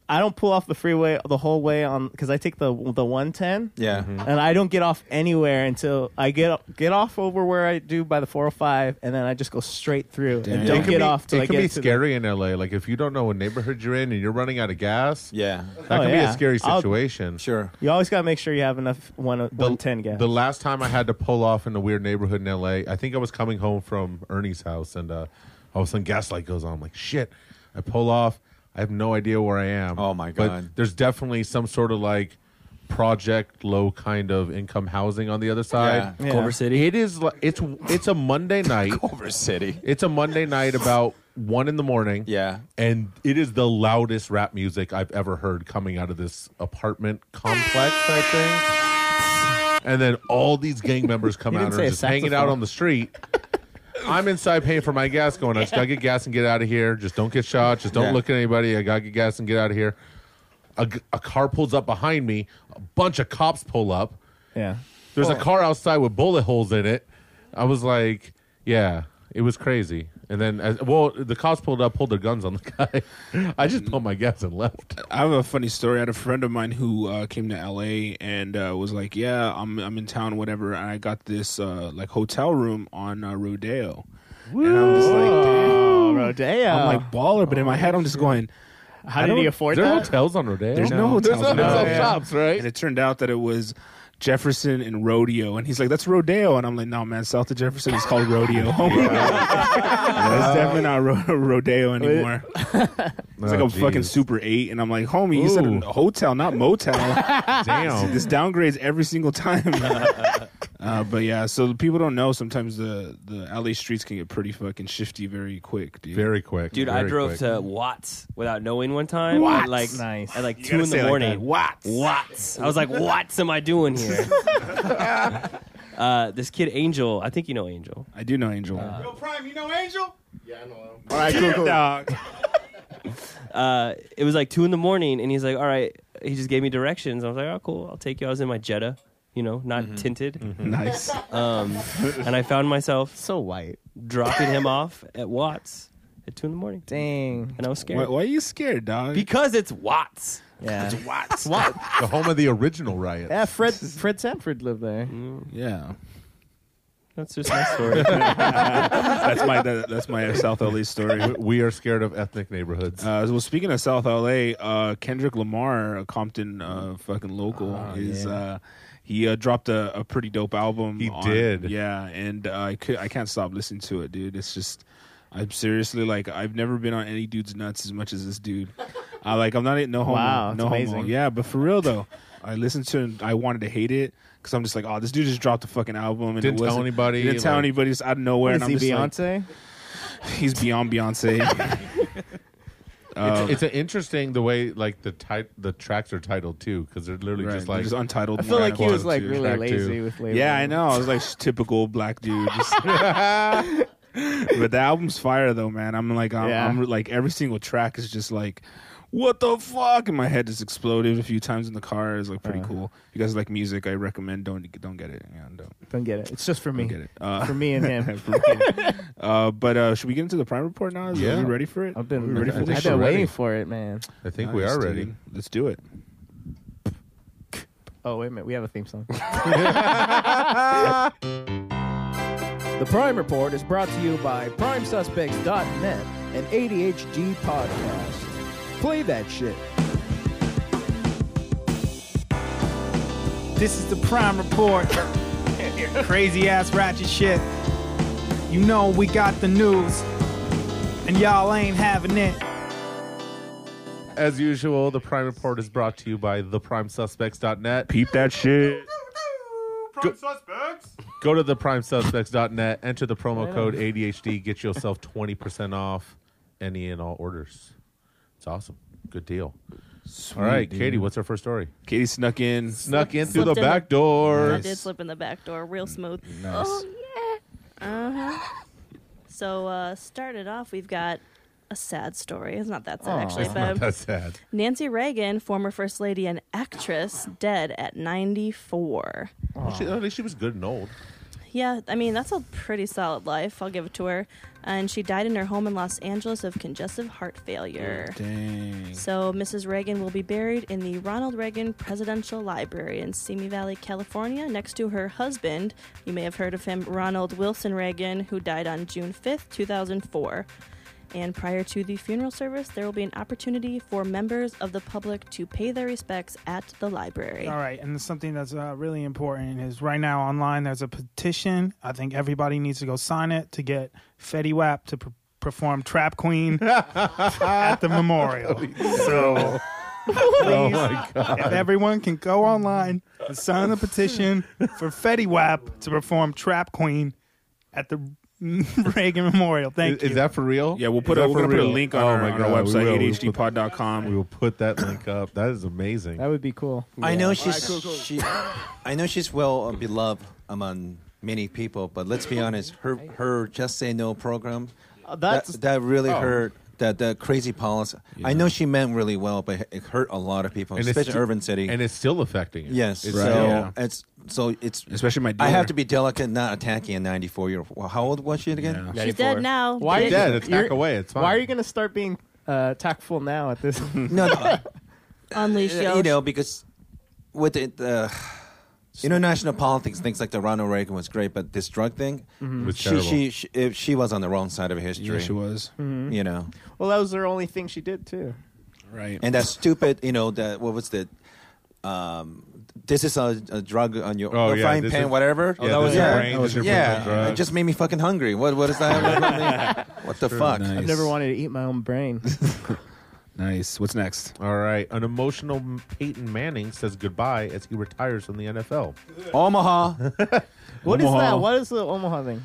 [SPEAKER 6] I don't pull off the freeway the whole way on because I take the the one ten.
[SPEAKER 10] Yeah.
[SPEAKER 6] and I don't get off anywhere until I get get off over where I do by the 405, and then I just go straight through
[SPEAKER 5] Damn.
[SPEAKER 6] and
[SPEAKER 7] It
[SPEAKER 6] don't
[SPEAKER 7] can
[SPEAKER 6] get
[SPEAKER 7] be-
[SPEAKER 6] off till
[SPEAKER 7] It
[SPEAKER 6] I
[SPEAKER 7] can
[SPEAKER 6] get
[SPEAKER 7] be
[SPEAKER 6] to the-
[SPEAKER 7] scary in LA. Like if you don't know what neighborhood you're in and you're running out of gas,
[SPEAKER 10] Yeah.
[SPEAKER 7] that
[SPEAKER 6] Oh,
[SPEAKER 7] can be
[SPEAKER 6] yeah.
[SPEAKER 7] a scary
[SPEAKER 6] I'll-
[SPEAKER 7] situation.
[SPEAKER 10] Sure.
[SPEAKER 6] You always gotta make sure you have enough one one ten gas.
[SPEAKER 7] The last time I had to pull off in a weird neighborhood in LA, I think I was coming home from Ernie's house, and uh, all of a sudden gaslight goes on. I'm like, shit! I pull off. I have no idea where I am.
[SPEAKER 10] Oh, my God.
[SPEAKER 7] But there's definitely some sort of like project low kind of income housing on the other side.
[SPEAKER 10] Yeah.
[SPEAKER 6] Yeah.
[SPEAKER 8] Culver City.
[SPEAKER 7] It is. li- It's it's a
[SPEAKER 10] (laughs)
[SPEAKER 7] Monday night.
[SPEAKER 10] Culver City.
[SPEAKER 7] It's a Monday night about one in the morning.
[SPEAKER 10] Yeah.
[SPEAKER 7] And it is the loudest rap music I've ever heard coming out of this apartment complex, I think. And then all these gang members come
[SPEAKER 6] (laughs) You
[SPEAKER 7] out and
[SPEAKER 6] didn't say
[SPEAKER 7] are
[SPEAKER 6] a
[SPEAKER 7] just hanging out
[SPEAKER 6] saxophone.
[SPEAKER 7] on the street. I'm inside paying for my gas, going, I just gotta get gas and get out of here. Just don't get shot. Just don't
[SPEAKER 10] Yeah.
[SPEAKER 7] look at anybody. I gotta get gas and get out of here. A, g- a car pulls up behind me. A bunch of cops pull up.
[SPEAKER 6] yeah,
[SPEAKER 7] There's a car outside with bullet holes in it. I was like, yeah, it was crazy. And then, as, well, the cops pulled up, pulled their guns on the (laughs) guy. I just pulled my gas and left.
[SPEAKER 5] I have a funny story. I had a friend of mine who uh, came to LA and uh, was like, "Yeah, I'm I'm in town, whatever." And I got this uh, like hotel room on uh, Rodeo, and I'm just like, "Damn."
[SPEAKER 6] oh, Rodeo. Oh,
[SPEAKER 5] I'm like baller, but in my head, I'm just going.
[SPEAKER 6] how
[SPEAKER 5] I
[SPEAKER 6] did he
[SPEAKER 5] don't-
[SPEAKER 6] afford
[SPEAKER 7] Is there
[SPEAKER 6] that?
[SPEAKER 7] hotels on Rodeo?
[SPEAKER 5] There's no, hotels.
[SPEAKER 7] There's no
[SPEAKER 5] in LA.
[SPEAKER 7] shops,
[SPEAKER 5] And
[SPEAKER 7] right?
[SPEAKER 5] it turned out that it was Jefferson and Rodeo, and he's like, "That's Rodeo," and I'm like, "No, man, south of Jefferson is
[SPEAKER 7] (laughs)
[SPEAKER 5] called Rodeo." (laughs) Oh my god,
[SPEAKER 7] Uh,
[SPEAKER 5] that's definitely not ro- (laughs)
[SPEAKER 7] (laughs)
[SPEAKER 5] Rodeo anymore. It's like a
[SPEAKER 7] Oh,
[SPEAKER 5] fucking
[SPEAKER 7] geez.
[SPEAKER 5] Super Eight, and I'm like, "Homie, you said
[SPEAKER 7] Ooh.
[SPEAKER 5] a hotel, not
[SPEAKER 7] (laughs)
[SPEAKER 5] motel."
[SPEAKER 7] Damn.
[SPEAKER 5] this downgrades every single
[SPEAKER 7] (laughs)
[SPEAKER 5] time. uh, but yeah, so people don't know. Sometimes the the LA streets can get pretty fucking shifty very quick, dude.
[SPEAKER 7] Very quick,
[SPEAKER 8] Dude, I drove to Watts without knowing one time.
[SPEAKER 5] Watts.
[SPEAKER 8] At like
[SPEAKER 5] Nice.
[SPEAKER 8] at like
[SPEAKER 5] You
[SPEAKER 8] two
[SPEAKER 5] gotta
[SPEAKER 8] in
[SPEAKER 5] say it
[SPEAKER 8] the
[SPEAKER 5] like
[SPEAKER 8] morning.
[SPEAKER 5] that. Watts.
[SPEAKER 8] Watts. I was like, Watts am I doing here?
[SPEAKER 5] (laughs)
[SPEAKER 8] uh, this kid Angel, I think you know Angel. Uh,
[SPEAKER 5] I do know Angel.
[SPEAKER 11] Yo, Prime, you know Angel?
[SPEAKER 13] Yeah, I know him.
[SPEAKER 11] All right, cool, cool.
[SPEAKER 5] Dog.
[SPEAKER 8] (laughs) uh, it was like two in the morning, and he's like, "All right." He just gave me directions. I was like, "Oh, cool. I'll take you." I was in my Jetta, you know, not
[SPEAKER 6] Mm-hmm.
[SPEAKER 8] tinted.
[SPEAKER 5] Nice.
[SPEAKER 8] (laughs) Um, and I found myself
[SPEAKER 6] so white,
[SPEAKER 8] dropping
[SPEAKER 6] (laughs)
[SPEAKER 8] him off at Watts at two in the morning.
[SPEAKER 6] Dang.
[SPEAKER 8] And I was scared.
[SPEAKER 5] Why, why are you scared, dog?
[SPEAKER 8] Because it's Watts.
[SPEAKER 6] Yeah. It's
[SPEAKER 5] Watts.
[SPEAKER 7] the home of the original riot.
[SPEAKER 6] Yeah, Fred Fred Sanford lived there.
[SPEAKER 7] Mm.
[SPEAKER 5] Yeah.
[SPEAKER 8] That's just my
[SPEAKER 7] (laughs)
[SPEAKER 5] (laughs)
[SPEAKER 8] story.
[SPEAKER 5] that's my that, that's my South LA story.
[SPEAKER 7] We are scared of ethnic neighborhoods.
[SPEAKER 5] Uh, well, speaking of South LA, uh, Kendrick Lamar, a Compton uh, fucking local, is
[SPEAKER 7] Ah, yeah.
[SPEAKER 5] uh, he uh, dropped a, a pretty dope album.
[SPEAKER 7] He did.
[SPEAKER 5] yeah, and uh, I could I can't stop listening to it, dude. It's just I'm seriously like I've never been on any dude's nuts as much as this dude. I like I'm not no homo,
[SPEAKER 6] Wow,
[SPEAKER 5] no
[SPEAKER 6] that's
[SPEAKER 5] homo.
[SPEAKER 6] amazing.
[SPEAKER 5] Yeah, but for real though, I listened to it and I wanted to hate it because I'm just like, oh, this dude just dropped a fucking album and
[SPEAKER 7] Didn't
[SPEAKER 5] it
[SPEAKER 7] tell
[SPEAKER 5] wasn't-
[SPEAKER 7] anybody,
[SPEAKER 5] Didn't tell
[SPEAKER 7] like-
[SPEAKER 5] anybody. Just out of nowhere,
[SPEAKER 6] Is
[SPEAKER 5] and I'm
[SPEAKER 6] he
[SPEAKER 5] just like-
[SPEAKER 6] Beyonce?
[SPEAKER 5] he's
[SPEAKER 7] (laughs)
[SPEAKER 5] beyond Beyonce.
[SPEAKER 7] it's, it's an interesting the way like the tit- the tracks are titled too because they're literally
[SPEAKER 5] Right,
[SPEAKER 7] just
[SPEAKER 5] they're
[SPEAKER 7] like
[SPEAKER 5] just untitled
[SPEAKER 6] I feel like he was, like,
[SPEAKER 5] Track
[SPEAKER 6] really
[SPEAKER 5] one, two, track
[SPEAKER 6] lazy
[SPEAKER 5] two.
[SPEAKER 6] with labeling.
[SPEAKER 5] yeah, I know. I was
[SPEAKER 6] (laughs)
[SPEAKER 5] like typical black dude. just- (laughs) but the album's fire though, man. I'm like, I'm,
[SPEAKER 6] Yeah.
[SPEAKER 5] I'm like every single track is just like, what the fuck? And my head just exploded a few times in the car. It's like
[SPEAKER 6] Uh-huh.
[SPEAKER 5] pretty cool. If you guys like music, I recommend. Don't don't get it. Yeah, don't.
[SPEAKER 6] Don't get it. It's just for me.
[SPEAKER 5] get it. Uh,
[SPEAKER 6] for me and him.
[SPEAKER 5] For me. uh, but uh, should we get into the prime report now? Is- Are
[SPEAKER 7] Yeah.
[SPEAKER 5] we ready for it?
[SPEAKER 6] I've
[SPEAKER 5] Are
[SPEAKER 6] been,
[SPEAKER 5] we (laughs) ready for
[SPEAKER 6] I've
[SPEAKER 5] this?
[SPEAKER 7] think
[SPEAKER 6] been
[SPEAKER 7] we're
[SPEAKER 6] waiting
[SPEAKER 7] ready.
[SPEAKER 6] for it, man.
[SPEAKER 7] I think we
[SPEAKER 5] Nice,
[SPEAKER 7] are
[SPEAKER 5] dude.
[SPEAKER 7] ready.
[SPEAKER 5] Let's do it.
[SPEAKER 6] Oh wait a minute, we have a theme
[SPEAKER 7] (laughs)
[SPEAKER 6] song. the Prime Report is brought to you by PrimeSuspects.net and ADHD podcast. Play that shit.
[SPEAKER 11] This is the Prime Report. (laughs) Crazy ass ratchet shit. You know we got the news, and y'all ain't having it.
[SPEAKER 7] As usual, the Prime Report is brought to you by theprimesuspects.net.
[SPEAKER 5] Peep that shit.
[SPEAKER 7] Prime Suspects. Go to theprimesuspects.net, enter the promo code ADHD, get yourself 20% off any and all orders. It's awesome. Good deal. all right,
[SPEAKER 5] dude.
[SPEAKER 7] Katie, what's our first story?
[SPEAKER 5] Katie snuck in.
[SPEAKER 7] Snuck in through
[SPEAKER 4] Slipped
[SPEAKER 7] the
[SPEAKER 4] in
[SPEAKER 7] back door.
[SPEAKER 4] I did slip in the back door real smooth.
[SPEAKER 5] Nice.
[SPEAKER 4] Oh yeah. Uh huh. So uh started off we've got a sad story. It's not that sad actually,
[SPEAKER 7] It's not
[SPEAKER 4] but
[SPEAKER 7] that sad.
[SPEAKER 4] Nancy Reagan, former first lady and actress, dead at 94.
[SPEAKER 7] Well, she, at least she was good and old.
[SPEAKER 4] Yeah, I mean, that's a pretty solid life. I'll give it to her. And she died in her home in Los Angeles of congestive heart failure.
[SPEAKER 5] Dang.
[SPEAKER 4] So, Mrs. Reagan will be buried in the Ronald Reagan Presidential Library in Simi Valley, California, next to her husband. You may have heard of him, Ronald Wilson Reagan, who died on June 5th, 2004. And prior to the funeral service, there will be an opportunity for members of the public to pay their respects at the library.
[SPEAKER 8] (laughs)
[SPEAKER 11] All right, and something that's uh, really important is right now online there's a petition. I think everybody needs to go sign it to get Fetty Wap to per perform Trap (laughs) Queen at the memorial. So (laughs)
[SPEAKER 7] Oh my god.
[SPEAKER 11] if everyone can go online and sign the petition for Fetty Wap to perform Trap Queen at the (laughs) Reagan Memorial. Thank
[SPEAKER 7] Is,
[SPEAKER 11] you.
[SPEAKER 7] is that for real?
[SPEAKER 5] Yeah, we'll put
[SPEAKER 7] Is
[SPEAKER 5] a,
[SPEAKER 7] that for
[SPEAKER 5] we're gonna put a
[SPEAKER 7] real?
[SPEAKER 5] link on,
[SPEAKER 7] Oh
[SPEAKER 5] our,
[SPEAKER 7] my
[SPEAKER 5] on
[SPEAKER 7] God,
[SPEAKER 5] our
[SPEAKER 7] we
[SPEAKER 5] website,
[SPEAKER 7] will. We will put- We
[SPEAKER 5] adhdpod.com.
[SPEAKER 7] will put that link up. That is amazing.
[SPEAKER 6] That would be cool.
[SPEAKER 10] I know she's she. I know she's well uh, beloved among many people, but let's be honest. Her her just say no program.
[SPEAKER 6] Uh, that's- Oh.
[SPEAKER 10] that, that really hurt. That that crazy policy. I know she meant really well, but it hurt a lot of people,
[SPEAKER 7] And it's
[SPEAKER 10] especially
[SPEAKER 7] sti-
[SPEAKER 10] urban city.
[SPEAKER 7] And it's still affecting it.
[SPEAKER 10] yes,
[SPEAKER 7] It's
[SPEAKER 10] so
[SPEAKER 7] still-
[SPEAKER 5] Yeah.
[SPEAKER 10] it's so it's.
[SPEAKER 5] Especially my
[SPEAKER 10] I have
[SPEAKER 5] dealer.
[SPEAKER 10] to be delicate, not attacking a 94 year old. How old was she again?
[SPEAKER 4] She's dead now.
[SPEAKER 6] Why
[SPEAKER 4] Big-
[SPEAKER 6] did-
[SPEAKER 7] dead. Attack
[SPEAKER 6] you're-
[SPEAKER 7] away. It's fine.
[SPEAKER 6] Why are you going to start being uh, tactful now at this?
[SPEAKER 10] No,
[SPEAKER 6] (laughs)
[SPEAKER 10] no,
[SPEAKER 4] Unleash
[SPEAKER 10] you know,
[SPEAKER 4] your
[SPEAKER 10] you know, because with the uh, international politics, things like the Ronald Reagan was great, but this drug thing,
[SPEAKER 7] Was
[SPEAKER 10] she,
[SPEAKER 7] terrible.
[SPEAKER 10] she she if she was on the wrong side of history.
[SPEAKER 5] Yeah, she was.
[SPEAKER 10] You know,
[SPEAKER 6] well, that was her only thing she did too.
[SPEAKER 5] Right.
[SPEAKER 10] and that stupid, you know, that what was the um, this is a, a drug on your
[SPEAKER 7] Oh,
[SPEAKER 10] or
[SPEAKER 7] yeah,
[SPEAKER 10] frying
[SPEAKER 7] this
[SPEAKER 10] pan,
[SPEAKER 7] is-
[SPEAKER 10] whatever.
[SPEAKER 7] Oh, that was your brain,
[SPEAKER 10] that
[SPEAKER 7] this
[SPEAKER 10] was-
[SPEAKER 7] is your brain
[SPEAKER 10] yeah.
[SPEAKER 7] on drugs.
[SPEAKER 10] It just made me fucking hungry. What what is that? what the fuck?
[SPEAKER 6] I've never wanted to eat my own brain. (laughs)
[SPEAKER 5] Nice. What's next?
[SPEAKER 7] All right. An emotional Peyton Manning says goodbye as he retires from the NFL.
[SPEAKER 10] Omaha.
[SPEAKER 7] (laughs)
[SPEAKER 6] What is
[SPEAKER 10] Omaha.
[SPEAKER 6] that? What is the Omaha thing?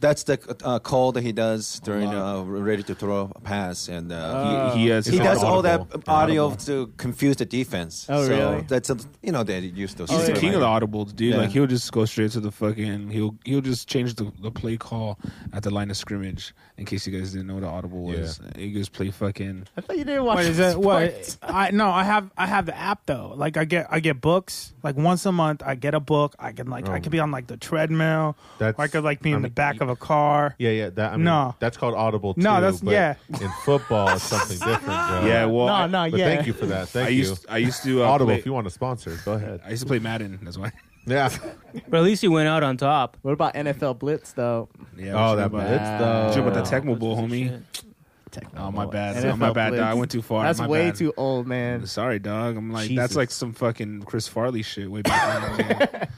[SPEAKER 10] That's the uh, call that he does during uh, ready to throw a pass, and uh,
[SPEAKER 5] He- he
[SPEAKER 8] Oh.
[SPEAKER 5] has-
[SPEAKER 10] he
[SPEAKER 5] it's
[SPEAKER 10] does
[SPEAKER 5] not
[SPEAKER 10] all that
[SPEAKER 5] audible.
[SPEAKER 10] audio
[SPEAKER 5] Audible.
[SPEAKER 10] to confuse the defense.
[SPEAKER 5] Oh,
[SPEAKER 10] so
[SPEAKER 5] really?
[SPEAKER 10] That's a, you know they use those.
[SPEAKER 5] He's the
[SPEAKER 7] Oh,
[SPEAKER 10] things,
[SPEAKER 5] king of the
[SPEAKER 10] right?
[SPEAKER 5] audibles, dude.
[SPEAKER 10] Yeah.
[SPEAKER 5] Like he'll just go straight to the fucking. He'll he'll just change the, the play call at the line of scrimmage. In case you guys didn't know what the audible was, he just play fucking.
[SPEAKER 6] I thought Oh, you didn't
[SPEAKER 11] What is it? What? I no, I have I have the app though. Like I get I get books like once a month. I get a book. I can like I could be on like the treadmill.
[SPEAKER 7] Oh. That's-
[SPEAKER 11] or I could like be
[SPEAKER 7] I
[SPEAKER 11] in the
[SPEAKER 7] mean,
[SPEAKER 11] back of a car.
[SPEAKER 7] Yeah, yeah. That, I mean,
[SPEAKER 11] No.
[SPEAKER 7] that's called audible. Too,
[SPEAKER 11] No, that's-
[SPEAKER 7] but
[SPEAKER 11] yeah.
[SPEAKER 7] In football, it's something different. Joe.
[SPEAKER 5] Yeah, well,
[SPEAKER 6] No, no,
[SPEAKER 7] But
[SPEAKER 6] yeah.
[SPEAKER 7] Thank you for
[SPEAKER 5] (laughs)
[SPEAKER 7] that. Thank
[SPEAKER 5] I
[SPEAKER 7] you.
[SPEAKER 5] used- I used to, uh,
[SPEAKER 7] audible.
[SPEAKER 5] play-
[SPEAKER 7] If you want to sponsor, go ahead.
[SPEAKER 5] I used to play Madden. That's why. (laughs)
[SPEAKER 7] Yeah.
[SPEAKER 9] But at least he went out on top.
[SPEAKER 6] What about NFL Blitz though?
[SPEAKER 5] Yeah.
[SPEAKER 7] Oh,
[SPEAKER 5] what you
[SPEAKER 7] that
[SPEAKER 5] know about-
[SPEAKER 7] Blitz, though.
[SPEAKER 5] What you know about the Tecmo Bowl, homie? Oh my bad. Oh, my bad.
[SPEAKER 6] Blitz.
[SPEAKER 5] Dog. I went too far.
[SPEAKER 6] That's
[SPEAKER 5] My
[SPEAKER 6] way
[SPEAKER 5] bad.
[SPEAKER 6] too old, man.
[SPEAKER 5] Sorry, dog. I'm like that's
[SPEAKER 6] Jesus.
[SPEAKER 5] like some fucking Chris Farley shit. Way back.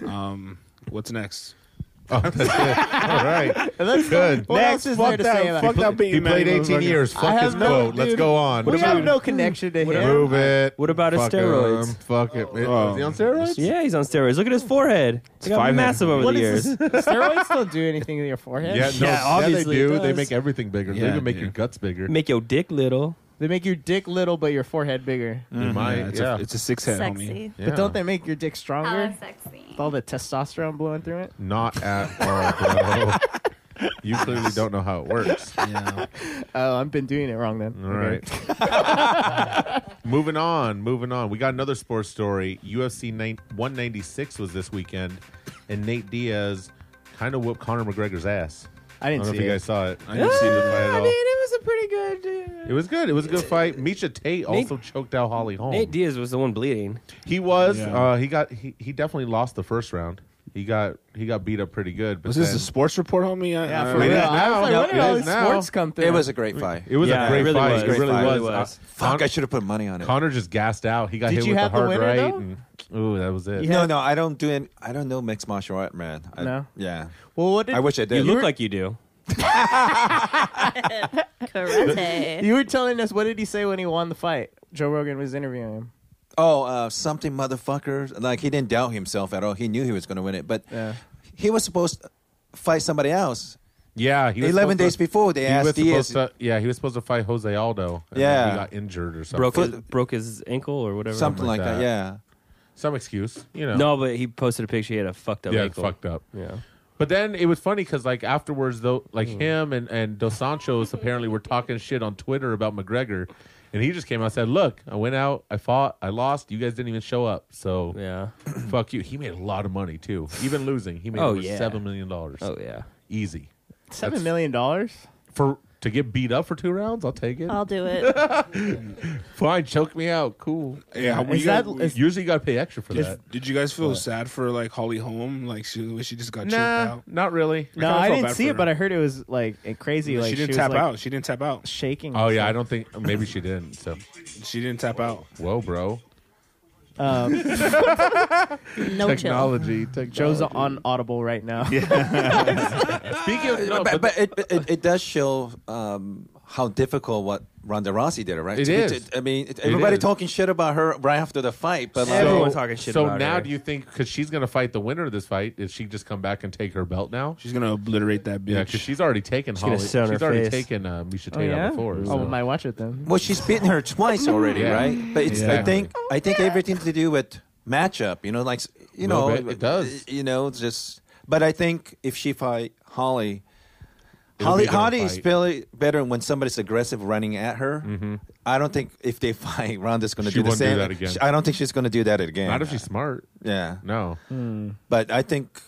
[SPEAKER 5] when.
[SPEAKER 6] (laughs)
[SPEAKER 5] um, what's next? (laughs)
[SPEAKER 7] Oh, that's it. All right.
[SPEAKER 6] (laughs) That's-
[SPEAKER 7] Good.
[SPEAKER 6] What else is there
[SPEAKER 7] fuck
[SPEAKER 6] to
[SPEAKER 7] that.
[SPEAKER 6] say
[SPEAKER 7] fuck
[SPEAKER 6] about it?
[SPEAKER 7] that. He
[SPEAKER 5] Peyton
[SPEAKER 7] played
[SPEAKER 5] Manning,
[SPEAKER 7] 18
[SPEAKER 5] motherfucker.
[SPEAKER 7] years.
[SPEAKER 6] I
[SPEAKER 7] Fuck
[SPEAKER 6] have
[SPEAKER 7] his
[SPEAKER 6] no-
[SPEAKER 7] quote. Let's
[SPEAKER 6] dude,
[SPEAKER 7] go on.
[SPEAKER 6] We have no connection to him. Oh.
[SPEAKER 7] Move it.
[SPEAKER 8] What about his
[SPEAKER 7] Fuck
[SPEAKER 8] steroids?
[SPEAKER 7] him. Fuck it. Is he on steroids?
[SPEAKER 8] Yeah, he's on steroids. Look at his forehead. It's got
[SPEAKER 5] five
[SPEAKER 8] massive over
[SPEAKER 6] What
[SPEAKER 8] the
[SPEAKER 6] is
[SPEAKER 8] years. (laughs)
[SPEAKER 6] this? Steroids don't do anything to your forehead.
[SPEAKER 7] Yeah, no,
[SPEAKER 8] Yeah, obviously
[SPEAKER 7] they
[SPEAKER 8] it
[SPEAKER 7] do. They
[SPEAKER 8] does.
[SPEAKER 7] make everything bigger. they
[SPEAKER 5] Yeah,
[SPEAKER 7] even make
[SPEAKER 5] dude.
[SPEAKER 7] your guts bigger.
[SPEAKER 8] Make your dick little.
[SPEAKER 6] They make your dick little, but your forehead bigger.
[SPEAKER 7] They might,
[SPEAKER 5] Yeah, it's,
[SPEAKER 7] yeah.
[SPEAKER 5] A, it's a six head, homie.
[SPEAKER 12] Sexy.
[SPEAKER 7] yeah.
[SPEAKER 6] But don't they make your dick stronger?
[SPEAKER 12] How sexy.
[SPEAKER 6] With all the testosterone blowing through it.
[SPEAKER 7] Not at (laughs) all, bro. you clearly don't know how it works.
[SPEAKER 5] Yeah.
[SPEAKER 6] Oh, I've been doing it wrong then.
[SPEAKER 7] All right. (laughs)
[SPEAKER 6] (laughs)
[SPEAKER 7] moving on, moving on. We got another sports story. UFC nine- 196 was this weekend, and Nate Diaz kind of whooped Conor McGregor's ass.
[SPEAKER 6] I
[SPEAKER 7] I
[SPEAKER 6] didn't
[SPEAKER 7] don't know if
[SPEAKER 6] see
[SPEAKER 7] you
[SPEAKER 6] it.
[SPEAKER 7] guys saw it.
[SPEAKER 5] I didn't see the
[SPEAKER 7] fight at
[SPEAKER 6] I
[SPEAKER 7] all.
[SPEAKER 6] mean, it was a pretty good. uh,
[SPEAKER 7] It was good. It was a good fight. Misha Tate also choked out Holly Holm.
[SPEAKER 8] Nate Diaz was the one bleeding.
[SPEAKER 7] He was.
[SPEAKER 5] Yeah.
[SPEAKER 7] Uh, he got. He, he definitely lost the first round. He got. He got beat up pretty good. But
[SPEAKER 5] Was this
[SPEAKER 7] then-
[SPEAKER 5] a sports report, homie? I, uh,
[SPEAKER 6] Yeah,
[SPEAKER 5] I-
[SPEAKER 6] for
[SPEAKER 5] I-
[SPEAKER 6] real.
[SPEAKER 7] is now.
[SPEAKER 6] I was like,
[SPEAKER 7] No,
[SPEAKER 6] where did
[SPEAKER 7] Uh, it
[SPEAKER 6] all
[SPEAKER 7] is
[SPEAKER 6] these
[SPEAKER 7] now.
[SPEAKER 6] sports come through?
[SPEAKER 10] It was a great fight.
[SPEAKER 7] It was
[SPEAKER 8] Yeah,
[SPEAKER 7] a
[SPEAKER 8] it
[SPEAKER 7] great
[SPEAKER 8] really
[SPEAKER 7] fight.
[SPEAKER 8] was.
[SPEAKER 7] It
[SPEAKER 8] Great
[SPEAKER 7] really
[SPEAKER 8] fight.
[SPEAKER 7] was.
[SPEAKER 8] It was.
[SPEAKER 7] Uh,
[SPEAKER 10] Fuck! I
[SPEAKER 7] Con-
[SPEAKER 10] should have put money on it.
[SPEAKER 7] Connor just gassed out. He got
[SPEAKER 6] Did
[SPEAKER 7] hit
[SPEAKER 6] you
[SPEAKER 7] with
[SPEAKER 6] have
[SPEAKER 7] the
[SPEAKER 6] the
[SPEAKER 7] hard
[SPEAKER 6] winner,
[SPEAKER 7] right.
[SPEAKER 6] though?
[SPEAKER 7] And, ooh, that was it.
[SPEAKER 10] No, no, I don't do any, I don't know mixed martial art, man. I,
[SPEAKER 6] No?
[SPEAKER 10] Yeah.
[SPEAKER 6] Well, what did
[SPEAKER 10] I wish I
[SPEAKER 8] You
[SPEAKER 10] did.
[SPEAKER 8] look like you do.
[SPEAKER 12] Karate.
[SPEAKER 4] (laughs)
[SPEAKER 6] You were telling us what did he say when he won the fight? Joe Rogan was interviewing him.
[SPEAKER 10] oh, uh, something motherfucker. Like he didn't doubt himself at all. He knew he was going to win it, but
[SPEAKER 6] Yeah.
[SPEAKER 10] he was supposed to fight somebody else.
[SPEAKER 7] Yeah, he was
[SPEAKER 10] 11
[SPEAKER 7] supposed to-
[SPEAKER 10] days before, they
[SPEAKER 7] he
[SPEAKER 10] asked
[SPEAKER 7] was
[SPEAKER 10] Diaz-
[SPEAKER 7] supposed to- yeah, he was supposed to fight Jose Aldo. and then
[SPEAKER 10] Yeah.
[SPEAKER 7] he got injured or something.
[SPEAKER 8] Broke his,
[SPEAKER 10] Foot-
[SPEAKER 8] broke his ankle or whatever.
[SPEAKER 10] Something
[SPEAKER 7] like
[SPEAKER 10] like that.
[SPEAKER 7] that.
[SPEAKER 10] Yeah.
[SPEAKER 7] Some excuse, you know.
[SPEAKER 8] No, but he posted a picture. He had a fucked up
[SPEAKER 7] yeah,
[SPEAKER 8] ankle.
[SPEAKER 7] fucked up.
[SPEAKER 8] Yeah.
[SPEAKER 7] But then it was funny because like afterwards, though, like him and and Dos Santos apparently were talking shit on Twitter about McGregor, and he just came out and said, "Look, I went out, I fought, I lost. You guys didn't even show up, so
[SPEAKER 8] Yeah.
[SPEAKER 7] fuck you." He made a lot of money too, even losing. He made
[SPEAKER 8] Oh,
[SPEAKER 7] over
[SPEAKER 8] yeah.
[SPEAKER 7] seven million dollars.
[SPEAKER 8] Oh yeah.
[SPEAKER 7] easy
[SPEAKER 6] Seven million dollars.
[SPEAKER 7] for to get beat up for two rounds. I'll take it.
[SPEAKER 12] I'll do
[SPEAKER 8] (laughs)
[SPEAKER 12] it.
[SPEAKER 7] Fine, choke me out. Cool.
[SPEAKER 5] yeah, were
[SPEAKER 6] Is
[SPEAKER 5] you
[SPEAKER 6] that-
[SPEAKER 5] guys-
[SPEAKER 6] is-
[SPEAKER 7] Usually, you got to pay extra for
[SPEAKER 5] did,
[SPEAKER 7] that.
[SPEAKER 5] did you guys feel sad for like Holly Holm? Like she she just got
[SPEAKER 7] Nah,
[SPEAKER 5] choked out.
[SPEAKER 7] Uh, not really.
[SPEAKER 6] No,
[SPEAKER 5] kinda
[SPEAKER 6] I
[SPEAKER 5] felt
[SPEAKER 6] didn't
[SPEAKER 5] bad
[SPEAKER 6] see
[SPEAKER 5] for
[SPEAKER 6] it,
[SPEAKER 5] her.
[SPEAKER 6] but I heard it was like it crazy. Like
[SPEAKER 5] she didn't
[SPEAKER 6] was,
[SPEAKER 5] tap
[SPEAKER 6] like,
[SPEAKER 5] out. She didn't tap out.
[SPEAKER 6] shaking.
[SPEAKER 7] Oh yeah, I don't think maybe she didn't. So,
[SPEAKER 5] She didn't tap out.
[SPEAKER 7] whoa, bro. (laughs)
[SPEAKER 12] No chill.
[SPEAKER 7] technology.
[SPEAKER 6] Um, Joe's on Audible
[SPEAKER 7] (laughs)
[SPEAKER 6] right now. (laughs) Oh,
[SPEAKER 7] Speaking
[SPEAKER 8] Ah.
[SPEAKER 7] of, no,
[SPEAKER 10] but,
[SPEAKER 7] but
[SPEAKER 10] but it, it, it does show um, how difficult what Ronda Rousey did, right?
[SPEAKER 7] It
[SPEAKER 10] To-
[SPEAKER 7] is.
[SPEAKER 10] to- I mean, it- everybody
[SPEAKER 7] is.
[SPEAKER 10] talking shit about her right after the fight, but like,
[SPEAKER 8] Everyone talking shit
[SPEAKER 7] So
[SPEAKER 8] about
[SPEAKER 7] now,
[SPEAKER 8] her.
[SPEAKER 7] do you think because she's going to fight the winner of this fight, is she just come back and take her belt now?
[SPEAKER 5] She's gonna obliterate that
[SPEAKER 7] Yeah,
[SPEAKER 5] bitch.
[SPEAKER 7] because she's already taken
[SPEAKER 8] gonna
[SPEAKER 7] Holly. She's
[SPEAKER 8] sit on her
[SPEAKER 7] already
[SPEAKER 8] face.
[SPEAKER 7] taken uh, Misha
[SPEAKER 6] oh
[SPEAKER 7] Tate
[SPEAKER 6] yeah.
[SPEAKER 7] out before.
[SPEAKER 6] oh,
[SPEAKER 7] so.
[SPEAKER 6] we might watch it then.
[SPEAKER 10] well, she's beaten her twice already,
[SPEAKER 7] Yeah.
[SPEAKER 10] right? But it's, I
[SPEAKER 7] Exactly.
[SPEAKER 10] think I think everything to do with matchup, you know, like you
[SPEAKER 7] Little
[SPEAKER 10] know,
[SPEAKER 7] bit, it does.
[SPEAKER 10] you know, it's just. But I think if she fight Holly,
[SPEAKER 7] It'll
[SPEAKER 10] Holly
[SPEAKER 7] be a good
[SPEAKER 10] Holly is
[SPEAKER 7] fight. Mm-hmm.
[SPEAKER 10] really better when somebody's aggressive running at her. I don't think if they (laughs) fight, Ronda's going to
[SPEAKER 7] She
[SPEAKER 10] do the
[SPEAKER 7] won't do
[SPEAKER 10] same.
[SPEAKER 7] that again.
[SPEAKER 10] I don't think she's going to do that again.
[SPEAKER 7] Not if she's smart.
[SPEAKER 10] yeah.
[SPEAKER 7] No.
[SPEAKER 6] Hmm.
[SPEAKER 10] But I think,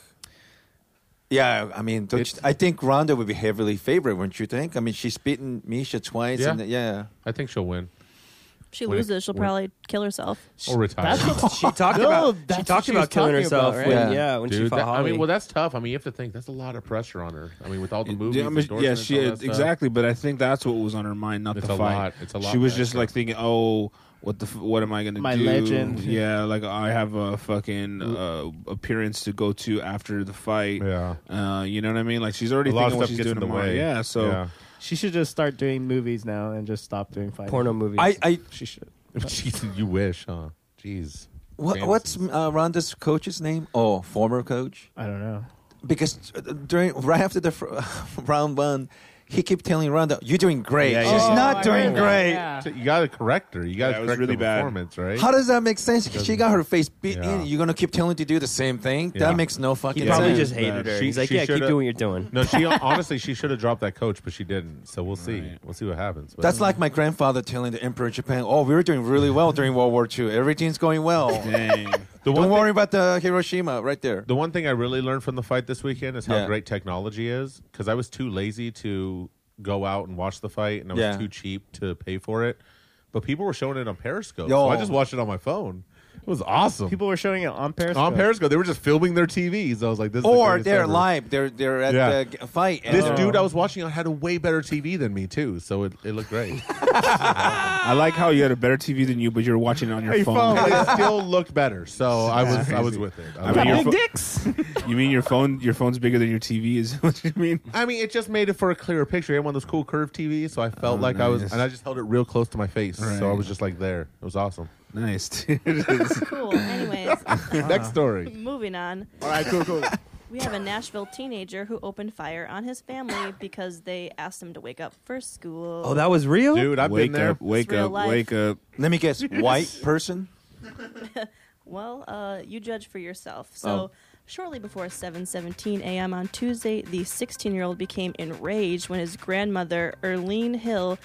[SPEAKER 10] yeah, I mean, don't you, I think Ronda would be heavily favored, wouldn't you think? I mean, she's beaten Misha twice,
[SPEAKER 7] Yeah.
[SPEAKER 10] and yeah,
[SPEAKER 7] I think she'll win
[SPEAKER 12] She
[SPEAKER 7] When it-
[SPEAKER 12] loses, she'll
[SPEAKER 7] when-
[SPEAKER 12] probably kill herself.
[SPEAKER 7] or retire.
[SPEAKER 6] That's
[SPEAKER 8] (laughs)
[SPEAKER 6] what
[SPEAKER 8] She talked
[SPEAKER 6] No,
[SPEAKER 8] about.
[SPEAKER 6] that's
[SPEAKER 8] She
[SPEAKER 6] what
[SPEAKER 8] talked
[SPEAKER 6] she was
[SPEAKER 8] about killing
[SPEAKER 6] talking about,
[SPEAKER 8] herself.
[SPEAKER 6] right?
[SPEAKER 8] when,
[SPEAKER 10] Yeah.
[SPEAKER 8] Yeah. When she
[SPEAKER 7] Dude,
[SPEAKER 8] fought
[SPEAKER 7] that- I
[SPEAKER 8] Holly.
[SPEAKER 7] mean, well, that's tough. I mean, you have to think that's a lot of pressure on her. I mean, with all the movies,
[SPEAKER 5] Yeah, I mean, yeah,
[SPEAKER 7] endorsements,
[SPEAKER 5] she
[SPEAKER 7] all that stuff.
[SPEAKER 5] exactly. But I think that's what was on her mind, not
[SPEAKER 7] It's
[SPEAKER 5] the
[SPEAKER 7] a
[SPEAKER 5] fight.
[SPEAKER 7] lot- it's a lot
[SPEAKER 5] She was
[SPEAKER 7] of
[SPEAKER 5] just
[SPEAKER 7] extra.
[SPEAKER 5] like thinking, oh. what the f- what am I gonna
[SPEAKER 6] My
[SPEAKER 5] do? (laughs)
[SPEAKER 6] legend.
[SPEAKER 5] Yeah, like I have a fucking uh, appearance to go to after the fight. Yeah, uh, you know what I mean. Like she's already
[SPEAKER 7] A lot of
[SPEAKER 5] thinking what
[SPEAKER 7] stuff
[SPEAKER 5] she's
[SPEAKER 7] gets
[SPEAKER 5] doing
[SPEAKER 7] in the
[SPEAKER 5] tomorrow.
[SPEAKER 7] way.
[SPEAKER 5] Yeah, so
[SPEAKER 7] Yeah.
[SPEAKER 6] She should just start doing movies now and just stop doing fighting.
[SPEAKER 8] Porno movies.
[SPEAKER 10] I- I-
[SPEAKER 7] (laughs)
[SPEAKER 6] she should.
[SPEAKER 7] Jeez, you wish, huh? Jeez.
[SPEAKER 10] What,
[SPEAKER 7] Fantasy.
[SPEAKER 10] what's uh, Rhonda's coach's name? Oh, former coach.
[SPEAKER 6] I don't know.
[SPEAKER 10] Because uh, during right after the fr- (laughs) round one, he kept telling Rhonda, "You're doing great.
[SPEAKER 7] Yeah,
[SPEAKER 10] She's
[SPEAKER 7] yeah, yeah.
[SPEAKER 6] Oh,
[SPEAKER 8] Oh,
[SPEAKER 10] not doing great."
[SPEAKER 7] So You got to correct her. You got to
[SPEAKER 10] Yeah, it was
[SPEAKER 7] correct
[SPEAKER 10] really
[SPEAKER 7] the
[SPEAKER 10] bad.
[SPEAKER 7] performance, right?
[SPEAKER 10] How does that make sense?
[SPEAKER 7] Doesn't-
[SPEAKER 10] She got her face beat
[SPEAKER 7] Yeah.
[SPEAKER 10] in. You're gonna keep telling her to do the same thing.
[SPEAKER 7] Yeah.
[SPEAKER 10] That makes no fucking.
[SPEAKER 8] probably
[SPEAKER 10] sense.
[SPEAKER 8] just hated her. He's like, "Yeah, keep
[SPEAKER 7] shoulda-
[SPEAKER 8] doing what you're doing."
[SPEAKER 7] No,
[SPEAKER 8] (laughs)
[SPEAKER 7] she honestly she should have dropped that coach, but she didn't. So we'll see. We'll see what happens. But-
[SPEAKER 10] That's like my grandfather telling the Emperor of Japan, "Oh, we were doing really well during World War II. Everything's
[SPEAKER 7] (laughs)
[SPEAKER 10] going well.
[SPEAKER 5] Dang.
[SPEAKER 10] Don't worry about the Hiroshima right there."
[SPEAKER 7] The one thing I really learned from the fight this weekend is how
[SPEAKER 10] Yeah.
[SPEAKER 7] great technology is. Because I was too lazy to go out and watch the fight, and I was
[SPEAKER 10] Yeah.
[SPEAKER 7] too cheap to pay for it. But people were showing it on Periscope,
[SPEAKER 6] Yo.
[SPEAKER 7] so I just watched it on my phone. It was awesome.
[SPEAKER 6] People were showing it on Periscope.
[SPEAKER 7] on Periscope, they were just filming their TVs. I was like, "This." is the
[SPEAKER 10] Or
[SPEAKER 7] greatest
[SPEAKER 10] they're
[SPEAKER 7] ever.
[SPEAKER 10] live. They're they're at
[SPEAKER 7] Yeah.
[SPEAKER 10] the g- fight. and
[SPEAKER 7] This
[SPEAKER 10] they're-
[SPEAKER 7] dude I was watching on had a way better TV than me too, so it, it looked great.
[SPEAKER 5] (laughs) I like how you had a better TV than you, but you're watching it on your
[SPEAKER 7] Your
[SPEAKER 5] phone.
[SPEAKER 7] phone it still looked better, so I was I was
[SPEAKER 5] Crazy.
[SPEAKER 7] with it.
[SPEAKER 5] I
[SPEAKER 7] was
[SPEAKER 5] mean, your
[SPEAKER 7] with it.
[SPEAKER 5] pho- (laughs) You mean your phone? Your phone's bigger than your TV? Is (laughs) what you mean?
[SPEAKER 7] I mean, it just made it for a clearer picture. I had one of those cool curved TVs, so I felt
[SPEAKER 5] Oh,
[SPEAKER 7] like I was,
[SPEAKER 5] nice.
[SPEAKER 7] and I just held it real close to my face, so I
[SPEAKER 5] Right.
[SPEAKER 7] was just like there. It was
[SPEAKER 6] (laughs)
[SPEAKER 7] awesome.
[SPEAKER 5] Nice, (laughs) dude.
[SPEAKER 12] Cool. Anyways.
[SPEAKER 7] Next story.
[SPEAKER 12] (laughs) Moving on.
[SPEAKER 7] All right, cool, cool.
[SPEAKER 12] We have a Nashville teenager who opened fire on his family because they asked him to wake up for school.
[SPEAKER 8] Oh, that was real,
[SPEAKER 7] dude. I've
[SPEAKER 5] wake
[SPEAKER 7] been there.
[SPEAKER 5] up, wake
[SPEAKER 12] It's real
[SPEAKER 5] up,
[SPEAKER 12] life.
[SPEAKER 5] wake up.
[SPEAKER 10] Let me
[SPEAKER 7] (laughs)
[SPEAKER 10] guess, white person.
[SPEAKER 12] (laughs) Well, uh, you judge for yourself. So,
[SPEAKER 10] Oh.
[SPEAKER 12] shortly before 7:17 a.m. on Tuesday, the 16-year-old became enraged when his grandmother Erlene Hill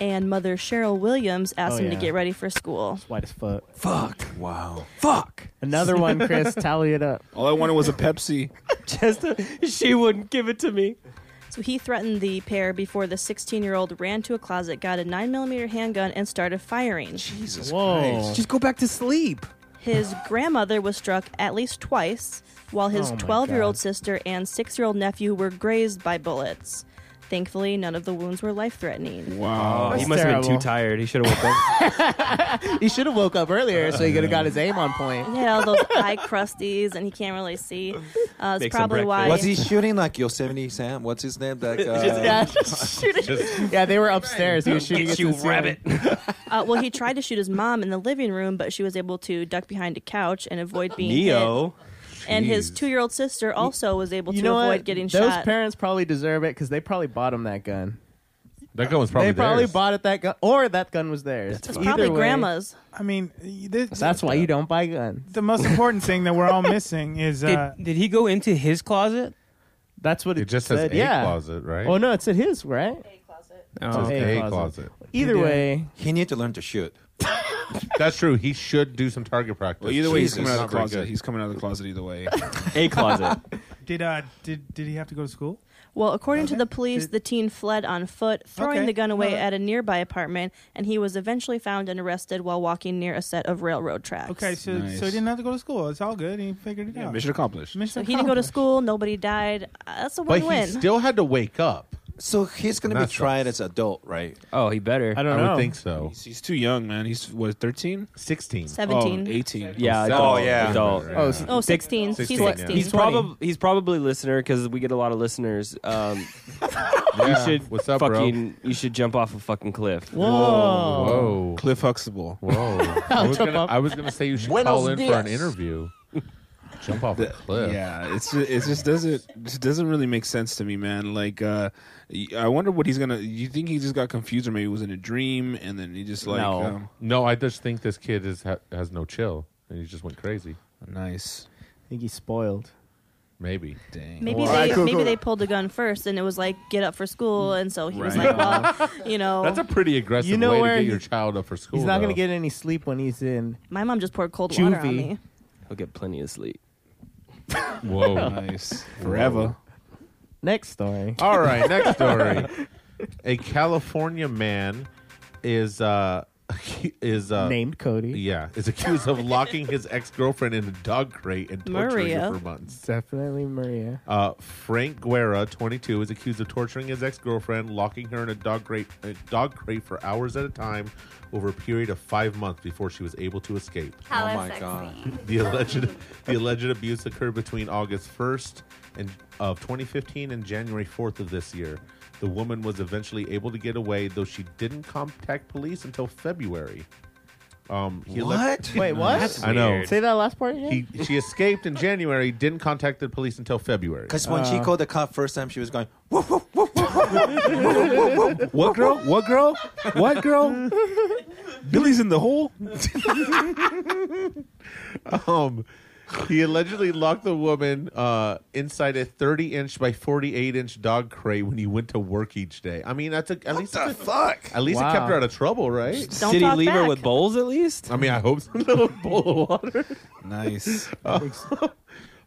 [SPEAKER 12] and mother Cheryl Williams asked
[SPEAKER 6] Oh,
[SPEAKER 12] him to
[SPEAKER 6] yeah.
[SPEAKER 12] get ready for school.
[SPEAKER 6] White as fuck.
[SPEAKER 10] Fuck. Wow.
[SPEAKER 6] Fuck. Another one,
[SPEAKER 12] (laughs)
[SPEAKER 6] Chris. Tally it up.
[SPEAKER 5] All I wanted was a Pepsi.
[SPEAKER 6] Just she wouldn't give it to me.
[SPEAKER 12] So he threatened the pair before the 16-year-old ran to a closet, got a 9mm handgun, and started firing.
[SPEAKER 10] Jesus
[SPEAKER 6] Whoa.
[SPEAKER 9] Just go back to sleep.
[SPEAKER 12] His grandmother was struck at least twice, while his
[SPEAKER 9] Oh my
[SPEAKER 12] 12 year old sister and 6 year old nephew were grazed by bullets. Thankfully, none of the wounds were life threatening.
[SPEAKER 8] Oh, he must
[SPEAKER 6] That's
[SPEAKER 8] have been
[SPEAKER 6] terrible.
[SPEAKER 8] too tired. He should have woke up.
[SPEAKER 6] (laughs) He should have woke up earlier, so he could have got his aim on point.
[SPEAKER 12] He had all
[SPEAKER 6] (laughs)
[SPEAKER 12] those eye crusties, and he can't really see. Uh, it's
[SPEAKER 10] Make
[SPEAKER 6] some
[SPEAKER 12] probably why.
[SPEAKER 10] Was he shooting like Yosemite Sam? What's his name?
[SPEAKER 5] (laughs)
[SPEAKER 10] That
[SPEAKER 12] yeah,
[SPEAKER 10] (laughs) uh,
[SPEAKER 6] yeah, they were upstairs. He was shooting
[SPEAKER 8] Get
[SPEAKER 6] at
[SPEAKER 8] you,
[SPEAKER 6] the ceiling.
[SPEAKER 8] rabbit.
[SPEAKER 12] (laughs) uh, well, he tried to shoot his mom in the living room, but she was able to duck behind a couch and avoid being hit.
[SPEAKER 8] Neo.
[SPEAKER 12] And his two year old sister also was able
[SPEAKER 6] You
[SPEAKER 12] to
[SPEAKER 6] know
[SPEAKER 12] avoid
[SPEAKER 6] what?
[SPEAKER 12] getting
[SPEAKER 6] Those
[SPEAKER 12] shot.
[SPEAKER 6] parents probably deserve it because they probably bought him that gun.
[SPEAKER 7] That gun was probably
[SPEAKER 6] they probably
[SPEAKER 7] theirs.
[SPEAKER 6] bought it that gun, or that gun was theirs.
[SPEAKER 12] It's
[SPEAKER 6] Either
[SPEAKER 12] probably
[SPEAKER 6] way,
[SPEAKER 12] grandma's.
[SPEAKER 11] I mean, this,
[SPEAKER 6] That's why you don't buy guns.
[SPEAKER 11] the most important thing that
[SPEAKER 9] (laughs)
[SPEAKER 11] we're all missing is
[SPEAKER 9] Did,
[SPEAKER 11] uh,
[SPEAKER 9] did he go into his closet?
[SPEAKER 6] That's what it,
[SPEAKER 7] It just says
[SPEAKER 6] said,
[SPEAKER 7] a
[SPEAKER 6] yeah.
[SPEAKER 7] closet, right?
[SPEAKER 6] Oh no, it's at his right.
[SPEAKER 7] It says
[SPEAKER 6] Oh.
[SPEAKER 7] a
[SPEAKER 6] A
[SPEAKER 7] closet.
[SPEAKER 6] Either
[SPEAKER 11] Yeah.
[SPEAKER 6] way,
[SPEAKER 10] he need to learn to shoot.
[SPEAKER 7] (laughs) That's true. He should do some target practice.
[SPEAKER 5] Well, either way,
[SPEAKER 7] Jesus.
[SPEAKER 5] he's coming out of
[SPEAKER 7] Not
[SPEAKER 5] the
[SPEAKER 7] very
[SPEAKER 5] closet.
[SPEAKER 7] good.
[SPEAKER 5] He's coming out of the closet either
[SPEAKER 6] (laughs)
[SPEAKER 5] way.
[SPEAKER 8] A
[SPEAKER 7] (laughs)
[SPEAKER 8] closet.
[SPEAKER 11] did uh did did he have to go to school?
[SPEAKER 12] Well, according to the police, the teen fled on foot, throwing
[SPEAKER 11] Okay.
[SPEAKER 12] the gun away
[SPEAKER 11] Alright.
[SPEAKER 12] at a nearby apartment, and he was eventually found and arrested while walking near a set of railroad tracks.
[SPEAKER 11] Okay, so
[SPEAKER 5] Nice.
[SPEAKER 11] so he didn't have to go to school. It's all good. He figured it
[SPEAKER 5] Yeah,
[SPEAKER 11] out.
[SPEAKER 5] mission accomplished.
[SPEAKER 11] Mission
[SPEAKER 12] So he didn't go to
[SPEAKER 11] accomplished.
[SPEAKER 12] school, nobody died. Uh, That's a
[SPEAKER 7] But
[SPEAKER 12] win
[SPEAKER 7] he
[SPEAKER 12] win.
[SPEAKER 7] still had to wake up.
[SPEAKER 10] So he's gonna
[SPEAKER 7] That
[SPEAKER 10] be
[SPEAKER 7] sucks.
[SPEAKER 10] tried as adult, right?
[SPEAKER 8] Oh, he better.
[SPEAKER 6] I don't
[SPEAKER 7] I
[SPEAKER 6] know.
[SPEAKER 7] would think so.
[SPEAKER 5] He's, he's too young, man. He's what, thirteen?
[SPEAKER 7] 16.
[SPEAKER 5] Oh,
[SPEAKER 12] 17.
[SPEAKER 5] Eighteen.
[SPEAKER 8] Yeah.
[SPEAKER 10] Oh,
[SPEAKER 8] Adult,
[SPEAKER 10] yeah.
[SPEAKER 8] Adult.
[SPEAKER 7] Right.
[SPEAKER 6] Oh, s-
[SPEAKER 12] Oh, 16. He's
[SPEAKER 7] 16, yeah.
[SPEAKER 12] 16.
[SPEAKER 8] He's probably he's probably a listener because we get a lot of listeners.
[SPEAKER 7] (laughs)
[SPEAKER 8] Um,
[SPEAKER 7] Yeah.
[SPEAKER 8] You should
[SPEAKER 7] What's up, bro?
[SPEAKER 8] fucking you should jump off a fucking cliff.
[SPEAKER 6] Whoa. (laughs)
[SPEAKER 7] Whoa.
[SPEAKER 5] Cliff Huxtable.
[SPEAKER 7] Oh. Whoa. I, was
[SPEAKER 6] jump
[SPEAKER 7] gonna,
[SPEAKER 6] off.
[SPEAKER 7] I was gonna say you should call in for an interview. Jump off a cliff.
[SPEAKER 5] Yeah, it's ju- it just doesn't it just doesn't really make sense to me, man. Like, uh, y- I wonder what he's gonna. You think he just got confused, or maybe it was in a dream, and then he just like,
[SPEAKER 8] No.
[SPEAKER 5] um,
[SPEAKER 7] No, I just think this kid is ha- has no chill, and he just went crazy.
[SPEAKER 5] nice,
[SPEAKER 6] I think he's spoiled.
[SPEAKER 7] Maybe.
[SPEAKER 5] dang.
[SPEAKER 12] Maybe
[SPEAKER 5] Alright,
[SPEAKER 12] they
[SPEAKER 5] cool,
[SPEAKER 12] maybe
[SPEAKER 5] (laughs) cool.
[SPEAKER 12] they pulled the gun first, and it was like get up for school, and so he was
[SPEAKER 5] Right.
[SPEAKER 12] like, well, you know,
[SPEAKER 7] That's a pretty aggressive
[SPEAKER 6] You know
[SPEAKER 7] way
[SPEAKER 6] where
[SPEAKER 7] to get
[SPEAKER 6] he-
[SPEAKER 7] your child up for school.
[SPEAKER 6] He's not going
[SPEAKER 7] though.
[SPEAKER 6] to get any sleep when he's in.
[SPEAKER 12] my mom
[SPEAKER 6] (laughs)
[SPEAKER 12] just poured cold water on
[SPEAKER 6] Juvie.
[SPEAKER 12] me.
[SPEAKER 8] He'll get plenty of sleep.
[SPEAKER 7] (laughs) Whoa.
[SPEAKER 5] nice forever.
[SPEAKER 6] Next story.
[SPEAKER 7] All
[SPEAKER 6] (laughs)
[SPEAKER 7] right, next story. A California man is uh (laughs) is uh,
[SPEAKER 6] Named Cody.
[SPEAKER 7] Yeah, is accused of locking his ex girlfriend in a dog crate and torturing her for months.
[SPEAKER 6] Definitely Maria.
[SPEAKER 7] Uh, Frank Guerra, 22, is accused of torturing his ex-girlfriend, locking her in a dog crate, a dog crate for hours at a time over a period of five months before she was able to escape.
[SPEAKER 10] Hello, Oh my sexy. God.
[SPEAKER 6] (laughs)
[SPEAKER 7] The alleged the alleged abuse occurred between August 1st and of 2015 and January 4th of this year. The woman was eventually able to get away, though she didn't contact police until February. Um, he
[SPEAKER 6] What?
[SPEAKER 7] (laughs) elect-
[SPEAKER 6] Wait, what? That's
[SPEAKER 7] I know.
[SPEAKER 6] weird. Say that last part again?
[SPEAKER 7] He, she escaped in January, didn't contact the police until February.
[SPEAKER 10] Because when
[SPEAKER 5] Uh.
[SPEAKER 10] she called the cop first time, she was going, woof, woof, woof,
[SPEAKER 7] What girl? What girl? What girl?
[SPEAKER 5] (laughs) Billy's in the hole.
[SPEAKER 7] um, he allegedly locked the woman uh, inside a 30 inch by 48 inch dog crate when he went to work each day. I mean, that's a, at least the fuck. At least it
[SPEAKER 8] Wow.
[SPEAKER 7] kept her out of trouble, right?
[SPEAKER 8] Just don't Did he talk leave her back. with
[SPEAKER 7] bowls at least? I mean, I hope so. a little (laughs) bowl of water. (laughs)
[SPEAKER 10] Nice.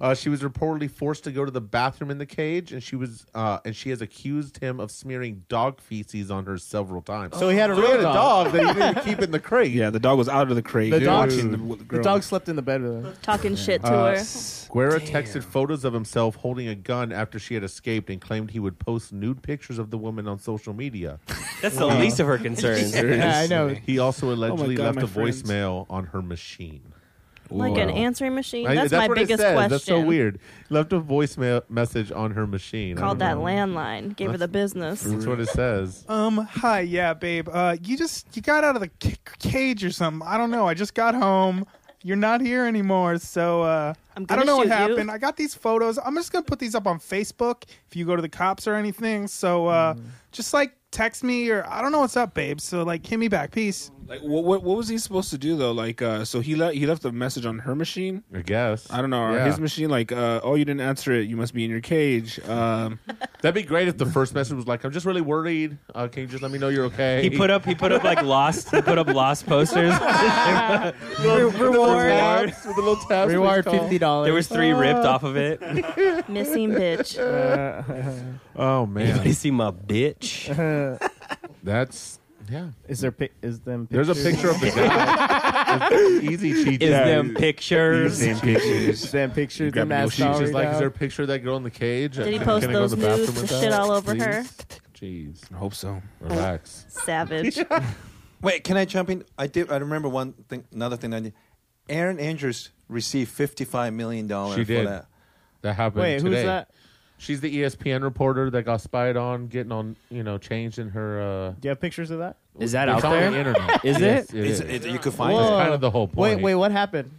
[SPEAKER 7] Uh, she was reportedly forced to go to the bathroom in the cage, and she was, uh, and she has accused him of smearing dog feces on her several times.
[SPEAKER 6] So he had a real
[SPEAKER 7] dog
[SPEAKER 6] dog.
[SPEAKER 7] that he didn't
[SPEAKER 5] (laughs)
[SPEAKER 7] even keep in the crate.
[SPEAKER 5] Oh, Yeah, the dog was out of the crate.
[SPEAKER 7] The dog-
[SPEAKER 5] watching the,
[SPEAKER 7] the
[SPEAKER 5] girl.
[SPEAKER 6] Dog slept in the bed with him.
[SPEAKER 12] Talking shit to
[SPEAKER 7] Uh,
[SPEAKER 12] her.
[SPEAKER 7] Guerra texted photos of himself holding a gun after she had escaped and claimed he would post nude pictures of the woman on social media.
[SPEAKER 8] (laughs) That's the least of
[SPEAKER 7] (laughs)
[SPEAKER 8] her concerns.
[SPEAKER 6] Yeah, I know.
[SPEAKER 7] He
[SPEAKER 12] Oh
[SPEAKER 7] also
[SPEAKER 6] my
[SPEAKER 7] allegedly
[SPEAKER 6] God,
[SPEAKER 7] left
[SPEAKER 6] my
[SPEAKER 7] a
[SPEAKER 6] friends.
[SPEAKER 7] voicemail on her machine.
[SPEAKER 12] Like an answering machine? That's my
[SPEAKER 7] what it
[SPEAKER 12] biggest
[SPEAKER 7] says.
[SPEAKER 12] question.
[SPEAKER 7] That's so weird. Left a voicemail message on her machine. I
[SPEAKER 12] Called that
[SPEAKER 7] don't know.
[SPEAKER 12] landline. Gave her the business.
[SPEAKER 7] That's what it says.
[SPEAKER 11] Um, hi, yeah, babe. Uh, you just you got out of the c- cage or something. I don't know. I just got home. You're not here anymore, so uh,
[SPEAKER 12] I'm
[SPEAKER 11] I
[SPEAKER 12] gonna
[SPEAKER 11] don't know what
[SPEAKER 12] shoot you.
[SPEAKER 11] happened. I got these photos. I'm just gonna put these up on Facebook if you go to the cops or anything. So uh,
[SPEAKER 7] Mm.
[SPEAKER 11] just like text me or I don't know what's up, babe. So like hit me back. Peace.
[SPEAKER 5] Like what, what? What was he supposed to do though? Like, uh, so he left. He left a message on her machine.
[SPEAKER 7] I guess.
[SPEAKER 5] I don't know. Or
[SPEAKER 7] Yeah.
[SPEAKER 5] his machine. Like, uh, oh, you didn't answer it. You must be in your cage.
[SPEAKER 12] (laughs)
[SPEAKER 5] Um,
[SPEAKER 7] That'd be great if the first message was like, "I'm just really worried. Uh, can you just let me know you're okay?"
[SPEAKER 8] He put up he put up like
[SPEAKER 7] (laughs)
[SPEAKER 8] lost he put up
[SPEAKER 6] (laughs)
[SPEAKER 8] lost posters.
[SPEAKER 7] Little- little
[SPEAKER 8] Reward.
[SPEAKER 7] tabs with the little tabs.
[SPEAKER 6] Reward fifty dollars.
[SPEAKER 8] There was three ripped off of it.
[SPEAKER 12] (laughs) Missing bitch.
[SPEAKER 7] Oh man!
[SPEAKER 8] Anybody see my bitch?
[SPEAKER 6] (laughs)
[SPEAKER 7] That's yeah.
[SPEAKER 6] Is there pic? Is them?
[SPEAKER 7] There's a
[SPEAKER 6] Pictures?
[SPEAKER 7] picture of the
[SPEAKER 6] (laughs)
[SPEAKER 7] guy. It's easy cheat.
[SPEAKER 8] Is
[SPEAKER 7] day.
[SPEAKER 8] them
[SPEAKER 7] Is
[SPEAKER 8] pictures?
[SPEAKER 7] them pictures.
[SPEAKER 6] Is them pictures?
[SPEAKER 7] Grab
[SPEAKER 6] Them
[SPEAKER 7] me a
[SPEAKER 6] ass
[SPEAKER 7] sheet. She's
[SPEAKER 6] salary
[SPEAKER 7] like, is
[SPEAKER 6] down?
[SPEAKER 7] there a picture of that girl in the cage?
[SPEAKER 12] Did he
[SPEAKER 7] Can I
[SPEAKER 12] post
[SPEAKER 7] go to
[SPEAKER 12] those
[SPEAKER 7] the bathroom
[SPEAKER 12] nudes,
[SPEAKER 7] with
[SPEAKER 12] the
[SPEAKER 7] that?
[SPEAKER 12] shit all over her?
[SPEAKER 7] Jeez.
[SPEAKER 5] I hope so.
[SPEAKER 7] Relax.
[SPEAKER 13] (laughs)
[SPEAKER 12] Savage.
[SPEAKER 10] Wait, can I jump in? I did. I remember one thing. Another thing I did. Aaron Andrews received fifty-five million dollars.
[SPEAKER 7] She did.
[SPEAKER 10] For that.
[SPEAKER 7] That happened.
[SPEAKER 10] Wait, who's
[SPEAKER 7] today.
[SPEAKER 10] that?
[SPEAKER 7] She's the E ESPN reporter that got spied on, getting on, you know, changed in her. Uh,
[SPEAKER 6] Do you have pictures of that?
[SPEAKER 7] Is that It's out on there? the internet. Is Yes, it? it
[SPEAKER 10] It's-
[SPEAKER 7] is.
[SPEAKER 10] you could find
[SPEAKER 7] That's
[SPEAKER 10] it.
[SPEAKER 7] kind of the whole
[SPEAKER 6] Wait,
[SPEAKER 7] point.
[SPEAKER 6] wait, what happened?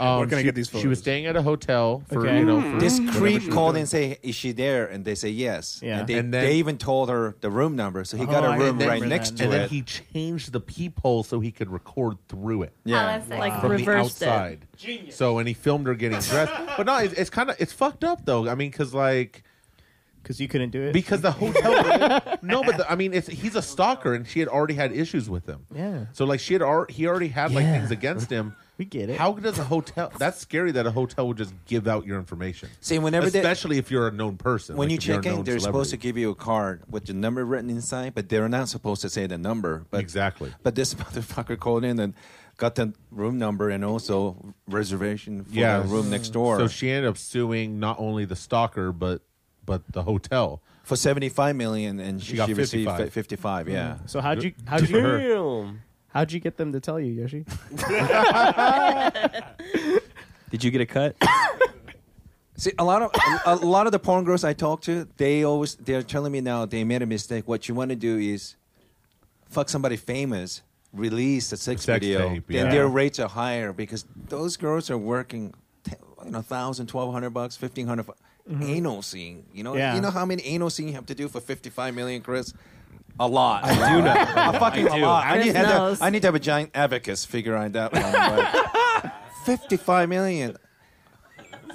[SPEAKER 7] um,
[SPEAKER 10] Where can I
[SPEAKER 7] she-
[SPEAKER 10] get these
[SPEAKER 7] She was
[SPEAKER 10] photos? Hmm.
[SPEAKER 7] staying at a hotel for
[SPEAKER 6] Okay.
[SPEAKER 7] you know.
[SPEAKER 6] Mm.
[SPEAKER 7] For
[SPEAKER 10] This
[SPEAKER 7] whatever
[SPEAKER 10] creep
[SPEAKER 7] she was
[SPEAKER 10] called
[SPEAKER 7] doing.
[SPEAKER 10] and say, "Is she there?" And they say yes.
[SPEAKER 7] Yeah.
[SPEAKER 10] And they,
[SPEAKER 7] And then-
[SPEAKER 10] they even told her the room number, so he got
[SPEAKER 7] Oh,
[SPEAKER 10] a room
[SPEAKER 7] and
[SPEAKER 10] right
[SPEAKER 7] then-
[SPEAKER 10] next to
[SPEAKER 7] and
[SPEAKER 10] it.
[SPEAKER 7] then he changed the peephole so he could record through it.
[SPEAKER 10] Yeah.
[SPEAKER 12] Oh, that's Like
[SPEAKER 7] from the
[SPEAKER 12] reversed it.
[SPEAKER 7] outside. So and he filmed her getting dressed. But no, it's, it's kind of it's fucked up though. I mean, because like.
[SPEAKER 6] Because you couldn't do it.
[SPEAKER 7] Because the
[SPEAKER 6] (laughs)
[SPEAKER 7] hotel, no, but the, I mean, it's, he's a stalker, and she had already had issues with him.
[SPEAKER 6] Yeah.
[SPEAKER 7] So like she had, al- he already had like things against him.
[SPEAKER 6] (laughs) We get it.
[SPEAKER 7] How does a hotel? That's scary that a hotel would just give out your information.
[SPEAKER 10] See, whenever they-
[SPEAKER 7] especially if you're a known person.
[SPEAKER 10] when
[SPEAKER 7] like
[SPEAKER 10] you
[SPEAKER 7] if you're a
[SPEAKER 10] check in,
[SPEAKER 7] known
[SPEAKER 10] they're supposed to
[SPEAKER 7] celebrity.
[SPEAKER 10] give you a card with your number written inside, but they're not supposed to say the number. But
[SPEAKER 7] exactly.
[SPEAKER 10] But this (laughs) motherfucker called in and got the room number and also reservation for
[SPEAKER 7] yeah,
[SPEAKER 10] the room next door. (laughs)
[SPEAKER 7] So she ended up suing not only the stalker but but the hotel
[SPEAKER 10] for seventy five million, and she,
[SPEAKER 7] got
[SPEAKER 10] received
[SPEAKER 7] 55.
[SPEAKER 10] fifty five. Yeah.
[SPEAKER 6] So how'd you
[SPEAKER 7] Good
[SPEAKER 6] how'd
[SPEAKER 7] for her.
[SPEAKER 6] you how'd you get them to tell you,
[SPEAKER 7] (laughs)
[SPEAKER 6] Yoshi?
[SPEAKER 8] Did you get a cut?
[SPEAKER 10] (coughs) See, a lot of a lot of the porn girls I talk to, they always they're telling me now they made a mistake. What you want to do is fuck somebody famous, release the sex,
[SPEAKER 7] Sex
[SPEAKER 10] video,
[SPEAKER 7] tape,
[SPEAKER 10] then
[SPEAKER 7] yeah.
[SPEAKER 10] their rates are higher because those girls are working, t- you know, thousand, twelve hundred bucks, fifteen hundred.
[SPEAKER 8] Mm-hmm.
[SPEAKER 10] Anal scene, you know,
[SPEAKER 6] Yeah.
[SPEAKER 10] you know how many anal scene you have to do for fifty-five million, Chris. A lot. I
[SPEAKER 8] do know.
[SPEAKER 10] (laughs) a fucking
[SPEAKER 8] I
[SPEAKER 10] a
[SPEAKER 8] do.
[SPEAKER 10] lot. I
[SPEAKER 8] Chris
[SPEAKER 10] need, had to,
[SPEAKER 8] knows.
[SPEAKER 10] I need to have a giant abacus figure on that one. but Fifty-five million.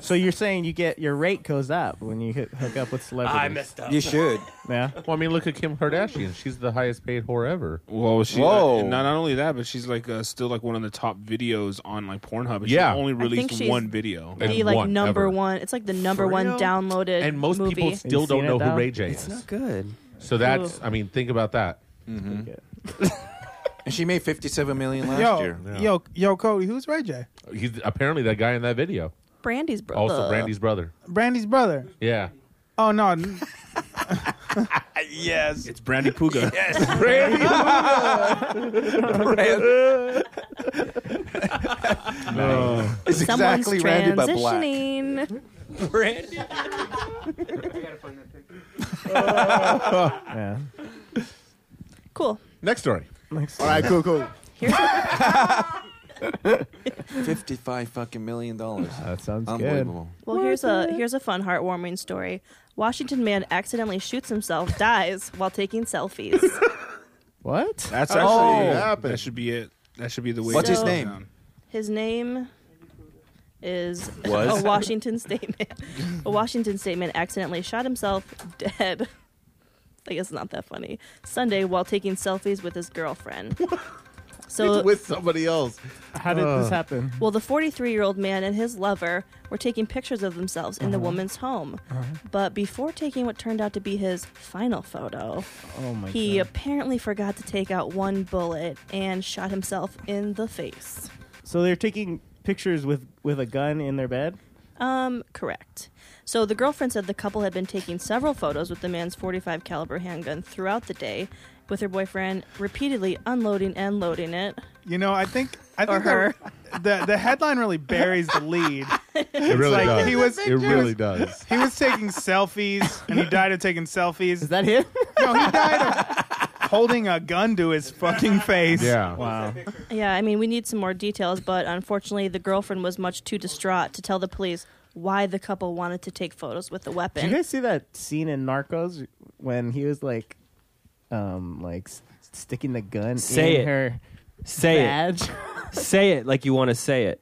[SPEAKER 6] So you're saying you get your rate goes up when you hit, hook up with celebrities?
[SPEAKER 10] You should.
[SPEAKER 6] (laughs) Yeah.
[SPEAKER 7] Well, I mean, look at Kim Kardashian. She's the highest paid whore ever.
[SPEAKER 5] Whoa, she, uh,
[SPEAKER 7] Whoa.
[SPEAKER 5] and not, not only that, but she's like uh, still like one of the top videos on like Pornhub. And
[SPEAKER 7] Yeah.
[SPEAKER 5] she only
[SPEAKER 7] I
[SPEAKER 12] I think
[SPEAKER 5] released
[SPEAKER 12] she's
[SPEAKER 5] one video.
[SPEAKER 12] The like number one. It's like the number one downloaded.
[SPEAKER 7] And most
[SPEAKER 12] movie.
[SPEAKER 7] people still don't know who Ray J is.
[SPEAKER 8] It's not good.
[SPEAKER 7] So that's, I mean, think about that.
[SPEAKER 10] Mm-hmm. And she made 57 million last
[SPEAKER 11] yo,
[SPEAKER 10] year.
[SPEAKER 11] yo, yo, Cody, who's Ray J?
[SPEAKER 7] He's apparently that guy in that video.
[SPEAKER 12] Brandy's brother.
[SPEAKER 7] Also Brandy's brother.
[SPEAKER 11] Brandy's brother.
[SPEAKER 7] Yeah.
[SPEAKER 11] Oh no. n-
[SPEAKER 10] yes.
[SPEAKER 5] It's Brandy (laughs) Puga.
[SPEAKER 10] yes.
[SPEAKER 7] Brandy.
[SPEAKER 12] (laughs) Someone's
[SPEAKER 10] It's exactly Randy but black.
[SPEAKER 12] transitioning.
[SPEAKER 8] Brandy.
[SPEAKER 6] yeah.
[SPEAKER 12] (laughs) Cool.
[SPEAKER 7] Next story.
[SPEAKER 6] Next
[SPEAKER 13] All right, cool, cool.
[SPEAKER 12] (laughs)
[SPEAKER 7] (laughs)
[SPEAKER 12] Here's
[SPEAKER 13] (laughs)
[SPEAKER 10] 55 fucking million dollars.
[SPEAKER 6] That sounds
[SPEAKER 12] good.
[SPEAKER 10] Unbelievable.
[SPEAKER 12] Well, here's a here's a fun, heartwarming story. Washington man accidentally shoots himself, dies while taking selfies.
[SPEAKER 6] What?
[SPEAKER 5] That's
[SPEAKER 13] Oh.
[SPEAKER 5] actually
[SPEAKER 13] That happened.
[SPEAKER 5] That should be it. That should be the way.
[SPEAKER 12] What's
[SPEAKER 5] to
[SPEAKER 12] his
[SPEAKER 5] go
[SPEAKER 10] name?
[SPEAKER 5] down.
[SPEAKER 12] His name is (laughs)
[SPEAKER 10] Was?
[SPEAKER 12] a Washington statement. a Washington statement accidentally shot himself dead. (laughs) I guess not that funny. Sunday while taking selfies with his girlfriend.
[SPEAKER 7] He's
[SPEAKER 12] So
[SPEAKER 7] with somebody else.
[SPEAKER 6] How did this
[SPEAKER 7] Uh.
[SPEAKER 6] happen?
[SPEAKER 12] well, the 43 year old man and his lover were taking pictures of themselves in the woman's home. But before taking what turned out to be his final photo,
[SPEAKER 6] Oh my
[SPEAKER 12] he
[SPEAKER 6] god.
[SPEAKER 12] apparently forgot to take out one bullet and shot himself in the face.
[SPEAKER 6] So they're taking pictures with with a gun in their bed.
[SPEAKER 12] Um, correct. So the girlfriend said the couple had been taking several photos with the man's 45 caliber handgun throughout the day, with her boyfriend repeatedly unloading and loading it.
[SPEAKER 11] You know, I think I
[SPEAKER 12] (laughs) Or
[SPEAKER 11] think the, the the headline really buries
[SPEAKER 12] (laughs)
[SPEAKER 11] the lead.
[SPEAKER 7] It really
[SPEAKER 11] like
[SPEAKER 7] does.
[SPEAKER 11] he was-
[SPEAKER 7] it really does.
[SPEAKER 11] He was taking selfies, and he died of taking selfies.
[SPEAKER 6] Is that him?
[SPEAKER 11] No, he died of holding a gun to his fucking face.
[SPEAKER 7] Yeah.
[SPEAKER 6] wow.
[SPEAKER 12] Yeah, I mean, we need some more details, but unfortunately, the girlfriend was much too distraught to tell the police why the couple wanted to take photos with the
[SPEAKER 6] Did
[SPEAKER 12] weapon.
[SPEAKER 6] you guys see that scene in Narcos when he was like, um, like s- sticking the gun
[SPEAKER 8] Say
[SPEAKER 6] in
[SPEAKER 8] it.
[SPEAKER 6] her
[SPEAKER 8] Say it.
[SPEAKER 6] badge?
[SPEAKER 8] (laughs) Say it like you want to say it.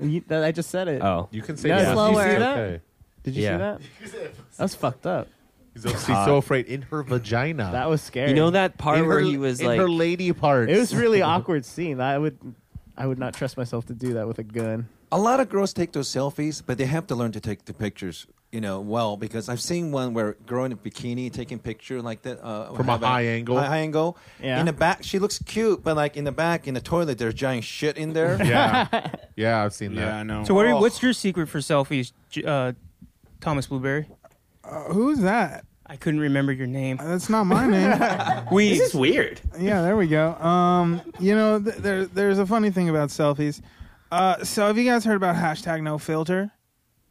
[SPEAKER 6] You- that- I just said it.
[SPEAKER 8] Oh.
[SPEAKER 7] You can say
[SPEAKER 6] Yeah,
[SPEAKER 7] that.
[SPEAKER 12] slower.
[SPEAKER 7] It's
[SPEAKER 12] Did you see
[SPEAKER 6] that?
[SPEAKER 7] okay.
[SPEAKER 6] Did you
[SPEAKER 8] Yeah.
[SPEAKER 6] see
[SPEAKER 11] (laughs)
[SPEAKER 6] that? That's fucked up.
[SPEAKER 7] He's, she's so afraid in her vagina.
[SPEAKER 6] That was scary.
[SPEAKER 8] You know that part
[SPEAKER 7] in
[SPEAKER 8] where
[SPEAKER 7] her,
[SPEAKER 8] he was
[SPEAKER 7] in
[SPEAKER 8] like,
[SPEAKER 7] her lady parts.
[SPEAKER 6] it was
[SPEAKER 7] (laughs)
[SPEAKER 6] really awkward scene. I would, I would not trust myself to do that with a gun.
[SPEAKER 10] A lot of girls take those selfies, but they have to learn to take the pictures, you know, well because I've seen one where girl in a bikini taking picture like that uh,
[SPEAKER 7] From a
[SPEAKER 10] have
[SPEAKER 7] high angle.
[SPEAKER 10] High, high angle.
[SPEAKER 6] Yeah.
[SPEAKER 10] In the back, she looks cute, but like in the back in the toilet, there's giant shit in there. (laughs)
[SPEAKER 7] yeah, yeah, I've seen
[SPEAKER 5] Yeah, I
[SPEAKER 7] that.
[SPEAKER 5] know.
[SPEAKER 9] So what are,
[SPEAKER 10] Oh.
[SPEAKER 9] what's your secret for selfies, J- uh, Thomas Blueberry?
[SPEAKER 11] Uh, who's that?
[SPEAKER 9] I couldn't remember your name.
[SPEAKER 11] Uh, That's not my name.
[SPEAKER 9] We
[SPEAKER 8] "This is weird."
[SPEAKER 11] yeah, there we go. Um, you know, th- there there's a funny thing about selfies. Uh, so have you guys heard about hashtag no filter?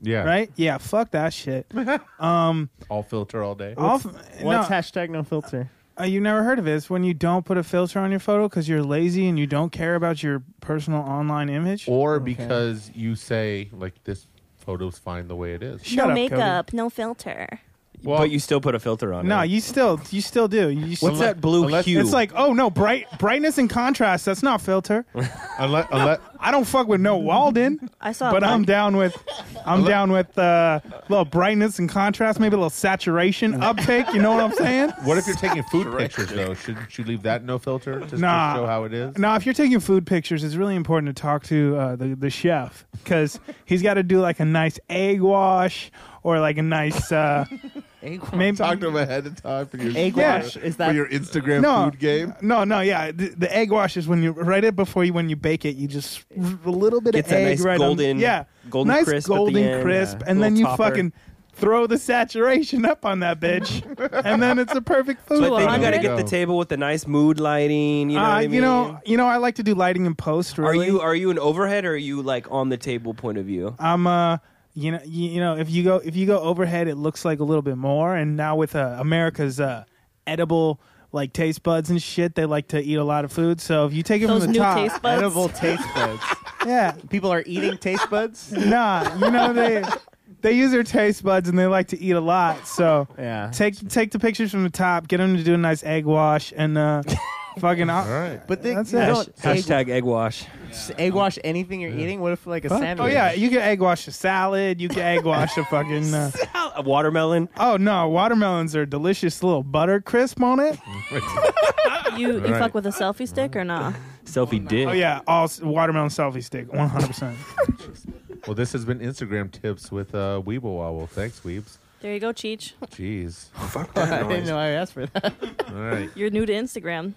[SPEAKER 7] Yeah,
[SPEAKER 11] Right? Yeah, fuck that shit. Um,
[SPEAKER 7] All filter all day.
[SPEAKER 11] Off,
[SPEAKER 6] What's
[SPEAKER 11] no,
[SPEAKER 6] hashtag no filter?
[SPEAKER 11] uh, you never heard of it. It's when you don't put a filter on your photo because you're lazy and you don't care about your personal online image.
[SPEAKER 7] Or because you say like this photo's fine the way it is.
[SPEAKER 11] Shut
[SPEAKER 12] no
[SPEAKER 11] up, Cody.
[SPEAKER 12] makeup, no filter.
[SPEAKER 7] Well-
[SPEAKER 8] but you still put a
[SPEAKER 7] (laughs)
[SPEAKER 8] filter on.
[SPEAKER 11] No,
[SPEAKER 8] it.
[SPEAKER 11] you still you still do. You still,
[SPEAKER 8] What's that blue
[SPEAKER 7] unless-
[SPEAKER 8] hue?
[SPEAKER 11] It's like, oh no, bright brightness and contrast. That's not filter.
[SPEAKER 7] Unless, unless,
[SPEAKER 11] I don't fuck with no Walden,
[SPEAKER 12] I saw,
[SPEAKER 11] but
[SPEAKER 12] a
[SPEAKER 11] I'm
[SPEAKER 12] pod-
[SPEAKER 11] down with I'm down with uh, little brightness and contrast, maybe a little saturation uptake. You know what I'm saying?
[SPEAKER 7] what if you're taking food pictures though? Shouldn't you leave that no filter just
[SPEAKER 11] Nah.
[SPEAKER 7] to show how it is?
[SPEAKER 11] Now, if you're taking food pictures, it's really important to talk to uh, the the chef because he's got to do like a nice egg wash or like a nice uh, maybe
[SPEAKER 7] Talk to him ahead of time for your
[SPEAKER 6] Egg
[SPEAKER 11] Yeah.
[SPEAKER 6] wash is
[SPEAKER 7] for
[SPEAKER 6] that?
[SPEAKER 7] your Instagram
[SPEAKER 11] No.
[SPEAKER 7] food game.
[SPEAKER 11] No, no, yeah. The, the egg wash is when you right it before you when you bake it, you just a little bit
[SPEAKER 8] Gets
[SPEAKER 11] of
[SPEAKER 8] that
[SPEAKER 11] egg
[SPEAKER 8] nice
[SPEAKER 11] right
[SPEAKER 8] golden-
[SPEAKER 11] on, yeah,
[SPEAKER 8] golden
[SPEAKER 11] nice
[SPEAKER 8] crisp at the
[SPEAKER 11] golden
[SPEAKER 8] end,
[SPEAKER 11] crisp,
[SPEAKER 8] yeah.
[SPEAKER 11] and then
[SPEAKER 8] Little
[SPEAKER 11] you
[SPEAKER 8] topper.
[SPEAKER 11] fucking throw the saturation up on that bitch,
[SPEAKER 8] (laughs)
[SPEAKER 11] and then it's a perfect food.
[SPEAKER 8] But then you
[SPEAKER 7] on
[SPEAKER 8] got to
[SPEAKER 7] it.
[SPEAKER 8] get the table with the nice mood lighting. You know, what
[SPEAKER 11] uh,
[SPEAKER 8] I mean?
[SPEAKER 11] you know, you know, I like to do lighting in post.
[SPEAKER 8] are
[SPEAKER 11] Really.
[SPEAKER 8] you are you an overhead or are you like on the table point of view?
[SPEAKER 11] I'm uh you know you, you know if you go if you go overhead it looks like a little bit more and now with uh, America's uh edible like taste buds and shit they like to eat a lot of food so if you take it
[SPEAKER 12] those
[SPEAKER 11] from the
[SPEAKER 12] new
[SPEAKER 11] top
[SPEAKER 12] taste buds.
[SPEAKER 6] Edible taste buds.
[SPEAKER 11] yeah
[SPEAKER 6] People are eating taste buds.
[SPEAKER 11] (laughs) nah you know they they use their taste buds and they like to eat a lot so
[SPEAKER 6] Yeah.
[SPEAKER 11] take take the pictures from the top get them to do a nice egg wash and
[SPEAKER 6] (laughs)
[SPEAKER 11] uh fucking
[SPEAKER 7] All
[SPEAKER 11] i
[SPEAKER 7] right.
[SPEAKER 6] But they,
[SPEAKER 11] That's
[SPEAKER 6] you
[SPEAKER 11] it.
[SPEAKER 6] don't egg,
[SPEAKER 8] Hashtag egg wash.
[SPEAKER 6] egg wash anything you're eating. What if like a sandwich?
[SPEAKER 11] oh yeah
[SPEAKER 6] (laughs)
[SPEAKER 11] you can egg wash a salad you can egg wash a fucking uh,
[SPEAKER 8] A watermelon.
[SPEAKER 11] oh no watermelons are delicious little butter crisp on it
[SPEAKER 12] You, you
[SPEAKER 7] Right.
[SPEAKER 12] fuck with a selfie stick or not?
[SPEAKER 8] Selfie dick.
[SPEAKER 11] Oh yeah, all s- watermelon selfie stick, one hundred percent.
[SPEAKER 7] well, this has been Instagram tips with uh, Weeble Wobble. Thanks, Weebs.
[SPEAKER 12] There you go, Cheech. (laughs)
[SPEAKER 7] Jeez.
[SPEAKER 6] I didn't know I asked for that.
[SPEAKER 7] All right.
[SPEAKER 12] You're new to Instagram.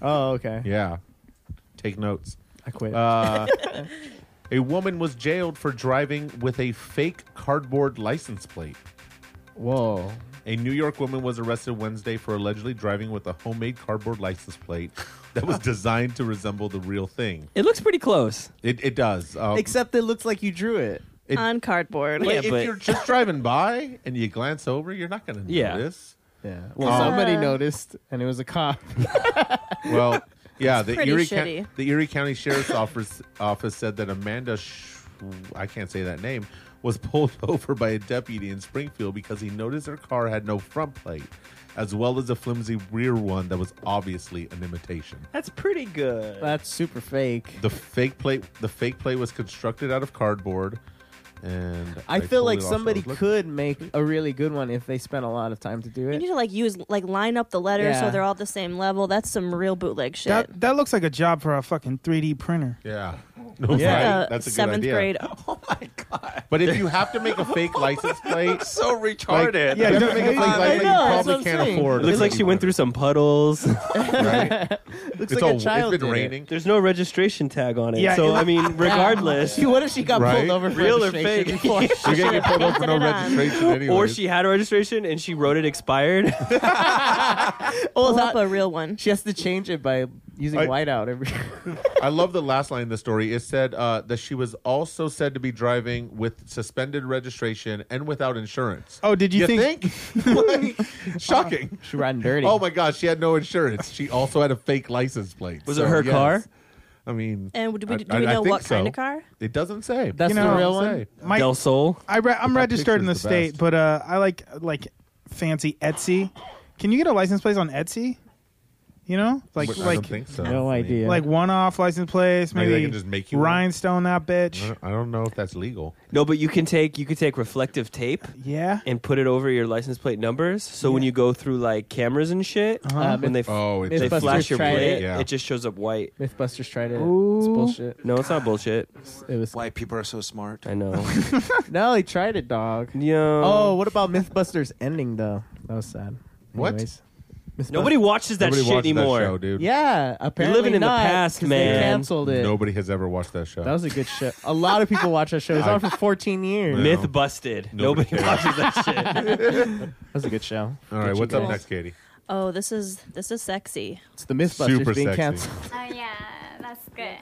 [SPEAKER 6] Oh okay.
[SPEAKER 7] Yeah. Take notes.
[SPEAKER 6] I quit. (laughs)
[SPEAKER 7] Uh, a woman was jailed for driving with a fake cardboard license plate.
[SPEAKER 6] Whoa.
[SPEAKER 7] A New York woman was arrested Wednesday for allegedly driving with a homemade cardboard license plate that
[SPEAKER 6] (laughs)
[SPEAKER 7] was designed to resemble the real thing.
[SPEAKER 8] It looks pretty close.
[SPEAKER 7] It, it does. Um,
[SPEAKER 6] Except it looks like you drew Oh. it.
[SPEAKER 7] It-
[SPEAKER 12] on cardboard.
[SPEAKER 7] Like, if you're just driving by and you glance over, you're not going to
[SPEAKER 6] Yeah.
[SPEAKER 7] notice.
[SPEAKER 6] Yeah.
[SPEAKER 7] Well,
[SPEAKER 6] Well,
[SPEAKER 7] Uh,
[SPEAKER 6] somebody noticed, and it was a (laughs) cop.
[SPEAKER 7] Well, yeah,
[SPEAKER 6] It's
[SPEAKER 7] the
[SPEAKER 6] pretty
[SPEAKER 7] Erie, County,
[SPEAKER 6] shitty.
[SPEAKER 7] the Erie County Sheriff's Office office said that Amanda, Sh- I can't say that name, was pulled (laughs) over by a deputy in Springfield because he noticed her car had no front plate, as well as a flimsy rear one that was obviously an imitation.
[SPEAKER 6] (laughs) That's pretty good. That's super fake.
[SPEAKER 7] The fake plate, the fake plate was constructed out of cardboard, and
[SPEAKER 6] I feel
[SPEAKER 7] totally
[SPEAKER 6] like
[SPEAKER 7] lost what I
[SPEAKER 6] somebody
[SPEAKER 7] was looking
[SPEAKER 6] could make a really good one if they spent a lot of time to do
[SPEAKER 12] You
[SPEAKER 6] it.
[SPEAKER 12] need to like use like line up the letters so
[SPEAKER 11] Yeah.
[SPEAKER 12] they're all the same level. That's some real bootleg shit.
[SPEAKER 11] That that looks like a job for a fucking 3D printer.
[SPEAKER 7] Yeah. (laughs)
[SPEAKER 12] No, Yeah. right? That's a Seventh grade.
[SPEAKER 11] Oh
[SPEAKER 7] my god. But if you have to make a fake license plate,
[SPEAKER 13] so
[SPEAKER 7] Like,
[SPEAKER 13] yeah,
[SPEAKER 7] yeah, you have to (laughs) make a
[SPEAKER 8] (laughs)
[SPEAKER 7] fake
[SPEAKER 13] I
[SPEAKER 7] license plate.
[SPEAKER 13] know,
[SPEAKER 7] You
[SPEAKER 13] that's what
[SPEAKER 7] probably
[SPEAKER 13] I'm
[SPEAKER 7] can't
[SPEAKER 13] saying.
[SPEAKER 7] afford.
[SPEAKER 8] Looks like she went through some puddles.
[SPEAKER 6] Looks
[SPEAKER 7] It's
[SPEAKER 6] like
[SPEAKER 7] all-
[SPEAKER 6] a
[SPEAKER 7] it's
[SPEAKER 6] child.
[SPEAKER 7] been
[SPEAKER 6] did it.
[SPEAKER 7] raining.
[SPEAKER 8] There's no registration tag on it.
[SPEAKER 6] Yeah,
[SPEAKER 8] so
[SPEAKER 6] it-
[SPEAKER 8] I
[SPEAKER 6] (laughs)
[SPEAKER 8] mean, regardless.
[SPEAKER 6] Yeah, what if she got
[SPEAKER 8] Right?
[SPEAKER 6] pulled over for
[SPEAKER 8] Real or
[SPEAKER 6] registration
[SPEAKER 8] fake? (laughs)
[SPEAKER 6] before?
[SPEAKER 8] You're gonna get pulled over for no
[SPEAKER 6] Painted it on.
[SPEAKER 7] registration anyways.
[SPEAKER 8] Or she had a registration and she wrote it expired.
[SPEAKER 12] Pull up a real one.
[SPEAKER 6] She has to change it by using
[SPEAKER 7] I-
[SPEAKER 6] whiteout every.
[SPEAKER 7] I love the last line of the story. It said uh, that she was also said to be driving with suspended registration and without insurance.
[SPEAKER 11] Oh, did you,
[SPEAKER 7] think?
[SPEAKER 11] (laughs)
[SPEAKER 7] Like, shocking.
[SPEAKER 6] She riding dirty.
[SPEAKER 7] Oh my gosh, she had no insurance. She also had a fake license plate.
[SPEAKER 8] Was it her car?
[SPEAKER 7] I mean,
[SPEAKER 12] And do we,
[SPEAKER 7] I-
[SPEAKER 12] do
[SPEAKER 7] I-
[SPEAKER 12] we
[SPEAKER 7] I
[SPEAKER 12] know
[SPEAKER 7] think
[SPEAKER 12] what kind
[SPEAKER 7] so.
[SPEAKER 12] of car?
[SPEAKER 7] It doesn't say.
[SPEAKER 11] That's You the know, real one? my- Del
[SPEAKER 8] Sol.
[SPEAKER 11] I re- I'm
[SPEAKER 7] That
[SPEAKER 11] registered in the,
[SPEAKER 7] picture's the
[SPEAKER 11] state, but uh, I like like fancy Etsy. Can you get a license plate on Etsy? You know, like
[SPEAKER 7] Wait, I don't
[SPEAKER 11] like
[SPEAKER 7] think so. No idea.
[SPEAKER 11] Like one off license plates,
[SPEAKER 7] Maybe
[SPEAKER 11] maybe
[SPEAKER 7] they can just make you one. Uh-huh.
[SPEAKER 11] rhinestone that bitch.
[SPEAKER 7] I don't- I don't know if that's legal.
[SPEAKER 8] No, but you can take you could take reflective tape.
[SPEAKER 11] Yeah.
[SPEAKER 8] And put it over your license plate numbers. So when you go through like cameras and shit,
[SPEAKER 6] Uh-huh. Uh,
[SPEAKER 8] when they f-
[SPEAKER 6] Oh, it
[SPEAKER 8] they
[SPEAKER 6] does.
[SPEAKER 8] flash your
[SPEAKER 6] Mythbusters tried
[SPEAKER 8] plate,
[SPEAKER 6] it. Yeah.
[SPEAKER 8] it just shows up white.
[SPEAKER 6] MythBusters tried it.
[SPEAKER 8] Ooh.
[SPEAKER 6] It's bullshit.
[SPEAKER 8] No, it's not bullshit.
[SPEAKER 6] It was
[SPEAKER 10] White people are so smart.
[SPEAKER 8] I know.
[SPEAKER 6] (laughs) no, they tried it, dog.
[SPEAKER 7] Um,
[SPEAKER 8] Yo.
[SPEAKER 6] Oh, what about MythBusters ending though? That was sad.
[SPEAKER 8] What?
[SPEAKER 6] Anyways, MythBusters-
[SPEAKER 8] Nobody watches that
[SPEAKER 7] Nobody
[SPEAKER 8] shit
[SPEAKER 7] watches that
[SPEAKER 8] anymore.
[SPEAKER 7] show, dude.
[SPEAKER 6] Yeah, apparently
[SPEAKER 8] living in the
[SPEAKER 6] not,
[SPEAKER 8] past,
[SPEAKER 6] 'cause
[SPEAKER 8] man.
[SPEAKER 6] They canceled it.
[SPEAKER 7] Nobody has ever watched that show.
[SPEAKER 6] That was a good show. A lot of people watch that show. It was on for 14 years.
[SPEAKER 8] Myth busted. Nobody, watches
[SPEAKER 6] (laughs)
[SPEAKER 8] that shit.
[SPEAKER 6] that was a good show.
[SPEAKER 7] All right,
[SPEAKER 6] Good
[SPEAKER 7] what's
[SPEAKER 6] you
[SPEAKER 7] up
[SPEAKER 6] guys.
[SPEAKER 7] next, Katie?
[SPEAKER 12] Oh, this is this is sexy.
[SPEAKER 6] It's the MythBusters
[SPEAKER 7] Super
[SPEAKER 6] being
[SPEAKER 7] sexy.
[SPEAKER 6] canceled.
[SPEAKER 14] Oh yeah, that's good.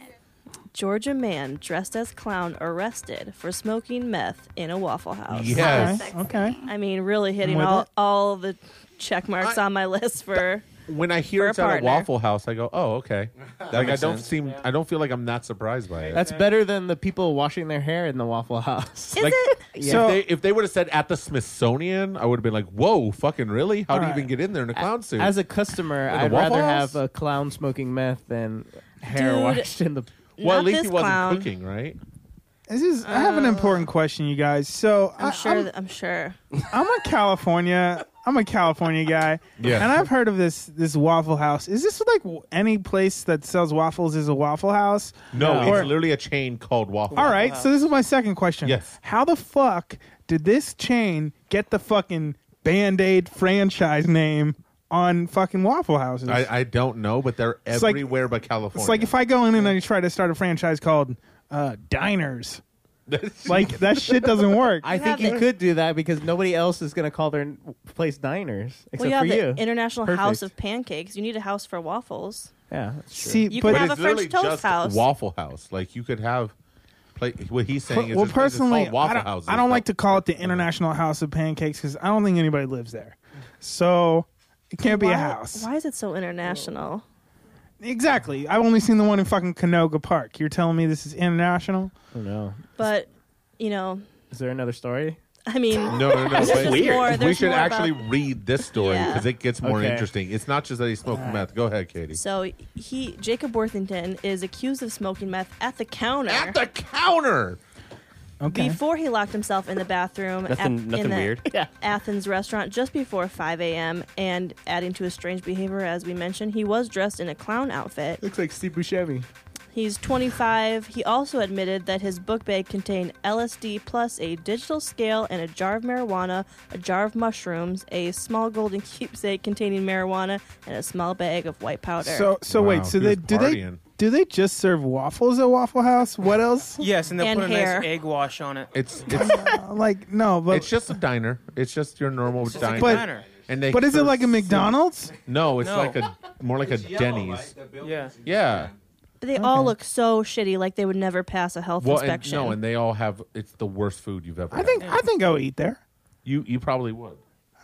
[SPEAKER 12] Georgia man dressed as clown arrested for smoking meth in a Waffle House.
[SPEAKER 7] Yes. Alright,
[SPEAKER 11] Okay.
[SPEAKER 12] I mean, really hitting
[SPEAKER 7] I'm with
[SPEAKER 12] all,
[SPEAKER 7] it.
[SPEAKER 12] all the check marks on my list for.
[SPEAKER 7] When I hear
[SPEAKER 12] For a
[SPEAKER 7] it's at a
[SPEAKER 12] partner.
[SPEAKER 7] Waffle House, I go, "Oh, (laughs) okay."
[SPEAKER 10] That
[SPEAKER 7] like I
[SPEAKER 10] makes
[SPEAKER 7] don't
[SPEAKER 10] sense.
[SPEAKER 7] seem, I don't feel like I'm not surprised by it.
[SPEAKER 6] That's better than the people washing their hair in the Waffle House.
[SPEAKER 7] Is Like, it? if
[SPEAKER 6] Yeah.
[SPEAKER 7] they if they would have said at the Smithsonian, I would have been like, "Whoa, fucking really? How do you
[SPEAKER 6] Alright.
[SPEAKER 7] even get in there in a clown suit?"
[SPEAKER 6] As a customer,
[SPEAKER 7] In a
[SPEAKER 6] I'd
[SPEAKER 7] Waffle
[SPEAKER 6] rather
[SPEAKER 7] House?
[SPEAKER 6] have a clown smoking meth than hair
[SPEAKER 12] Dude,
[SPEAKER 6] washed in the.
[SPEAKER 7] well,
[SPEAKER 12] not
[SPEAKER 7] at least he
[SPEAKER 12] this
[SPEAKER 7] wasn't
[SPEAKER 12] clown. Uh,
[SPEAKER 7] cooking, right?
[SPEAKER 11] This is. I have an important question, you guys. So
[SPEAKER 12] I'm
[SPEAKER 11] I,
[SPEAKER 12] sure.
[SPEAKER 11] I'm-
[SPEAKER 12] that- I'm sure.
[SPEAKER 11] (laughs) I'm a California. I'm a California guy.
[SPEAKER 12] Yeah.
[SPEAKER 11] And I've heard of this this Waffle House. Is this like w- any place that sells waffles is a Waffle House?
[SPEAKER 7] No,
[SPEAKER 11] Or-
[SPEAKER 7] it's literally a chain called Waffle.
[SPEAKER 11] all right.
[SPEAKER 7] House.
[SPEAKER 11] So this is my second question. Yes. How the fuck did this chain get the fucking Band Aid franchise name on fucking Waffle Houses?
[SPEAKER 7] I, I don't know, but they're
[SPEAKER 11] It's like-
[SPEAKER 7] everywhere but California.
[SPEAKER 11] it's like if I go in and I try to start a franchise called uh, Diners. like that shit doesn't work.
[SPEAKER 6] I think you could do that because nobody else is going to call their n- place diners
[SPEAKER 12] well,
[SPEAKER 6] except
[SPEAKER 12] you have
[SPEAKER 6] for
[SPEAKER 12] the
[SPEAKER 6] you.
[SPEAKER 12] International
[SPEAKER 6] Perfect.
[SPEAKER 12] House of Pancakes. You need a house for waffles.
[SPEAKER 6] Yeah.
[SPEAKER 11] See,
[SPEAKER 12] You
[SPEAKER 7] but
[SPEAKER 12] can have
[SPEAKER 7] it's
[SPEAKER 12] a French
[SPEAKER 7] literally
[SPEAKER 12] toast
[SPEAKER 7] just
[SPEAKER 12] house.
[SPEAKER 7] Waffle House. Like you could have. Play, what he's saying is
[SPEAKER 11] well,
[SPEAKER 7] there's places
[SPEAKER 11] personally,
[SPEAKER 7] called
[SPEAKER 11] I
[SPEAKER 7] Waffle
[SPEAKER 11] don't,
[SPEAKER 7] Houses.
[SPEAKER 11] I don't like to call it the International House of Pancakes because I don't think anybody lives there. So it can't be
[SPEAKER 12] why,
[SPEAKER 11] a house.
[SPEAKER 12] Why is it so international?
[SPEAKER 6] Oh.
[SPEAKER 11] Exactly. I've only seen the one in fucking Canoga Park. You're telling me this is international?
[SPEAKER 6] Oh, no.
[SPEAKER 12] But you know,
[SPEAKER 6] Is there another story?
[SPEAKER 12] (laughs) I mean,
[SPEAKER 7] No, no, no.
[SPEAKER 12] there's
[SPEAKER 7] wait.
[SPEAKER 12] just more-
[SPEAKER 7] we
[SPEAKER 12] there's
[SPEAKER 7] should
[SPEAKER 12] more about-
[SPEAKER 7] actually read this story
[SPEAKER 12] Yeah.
[SPEAKER 7] because it gets more
[SPEAKER 6] Okay.
[SPEAKER 7] interesting. It's not just that he smoked meth. Go ahead, Katie.
[SPEAKER 12] So he, Jacob Worthington, is accused of smoking meth at the counter. At
[SPEAKER 7] the counter.
[SPEAKER 12] Before he locked himself in the bathroom
[SPEAKER 8] Nothing-
[SPEAKER 12] at,
[SPEAKER 8] nothing
[SPEAKER 12] in the
[SPEAKER 7] (laughs)
[SPEAKER 8] weird.
[SPEAKER 12] Athens restaurant just before 5 a.m. And adding to his strange behavior, as we mentioned, he was dressed in a clown outfit.
[SPEAKER 6] Looks like Steve Buscemi.
[SPEAKER 12] He's 25. He also admitted that his book bag contained LSD plus a digital scale and a jar of marijuana, a jar of mushrooms, a small golden (laughs)
[SPEAKER 9] Oh,
[SPEAKER 12] keepsake containing marijuana, and a small bag of white powder.
[SPEAKER 11] So, so wait. So they do they Do they just serve waffles at Waffle House? What else?
[SPEAKER 9] (laughs) Yes, and they'll
[SPEAKER 11] And
[SPEAKER 9] put a
[SPEAKER 11] hair.
[SPEAKER 9] nice egg wash on it.
[SPEAKER 11] (laughs)
[SPEAKER 7] It's it's,
[SPEAKER 11] like no, but
[SPEAKER 7] it's just a diner. It's just your normal
[SPEAKER 9] just a
[SPEAKER 7] diner.
[SPEAKER 9] diner.
[SPEAKER 7] And they
[SPEAKER 11] but is it
[SPEAKER 7] serve
[SPEAKER 11] like a
[SPEAKER 7] food.
[SPEAKER 11] McDonald's?
[SPEAKER 7] No, it's
[SPEAKER 9] No.
[SPEAKER 7] like a more like a Denny's.
[SPEAKER 9] Yeah.
[SPEAKER 7] Yeah.
[SPEAKER 12] But they all look so shitty, like they would never pass a health
[SPEAKER 7] Well, and,
[SPEAKER 12] inspection.
[SPEAKER 7] no, and they all have. It's the worst food you've ever.
[SPEAKER 11] I think I think I'll eat there.
[SPEAKER 7] you you probably would.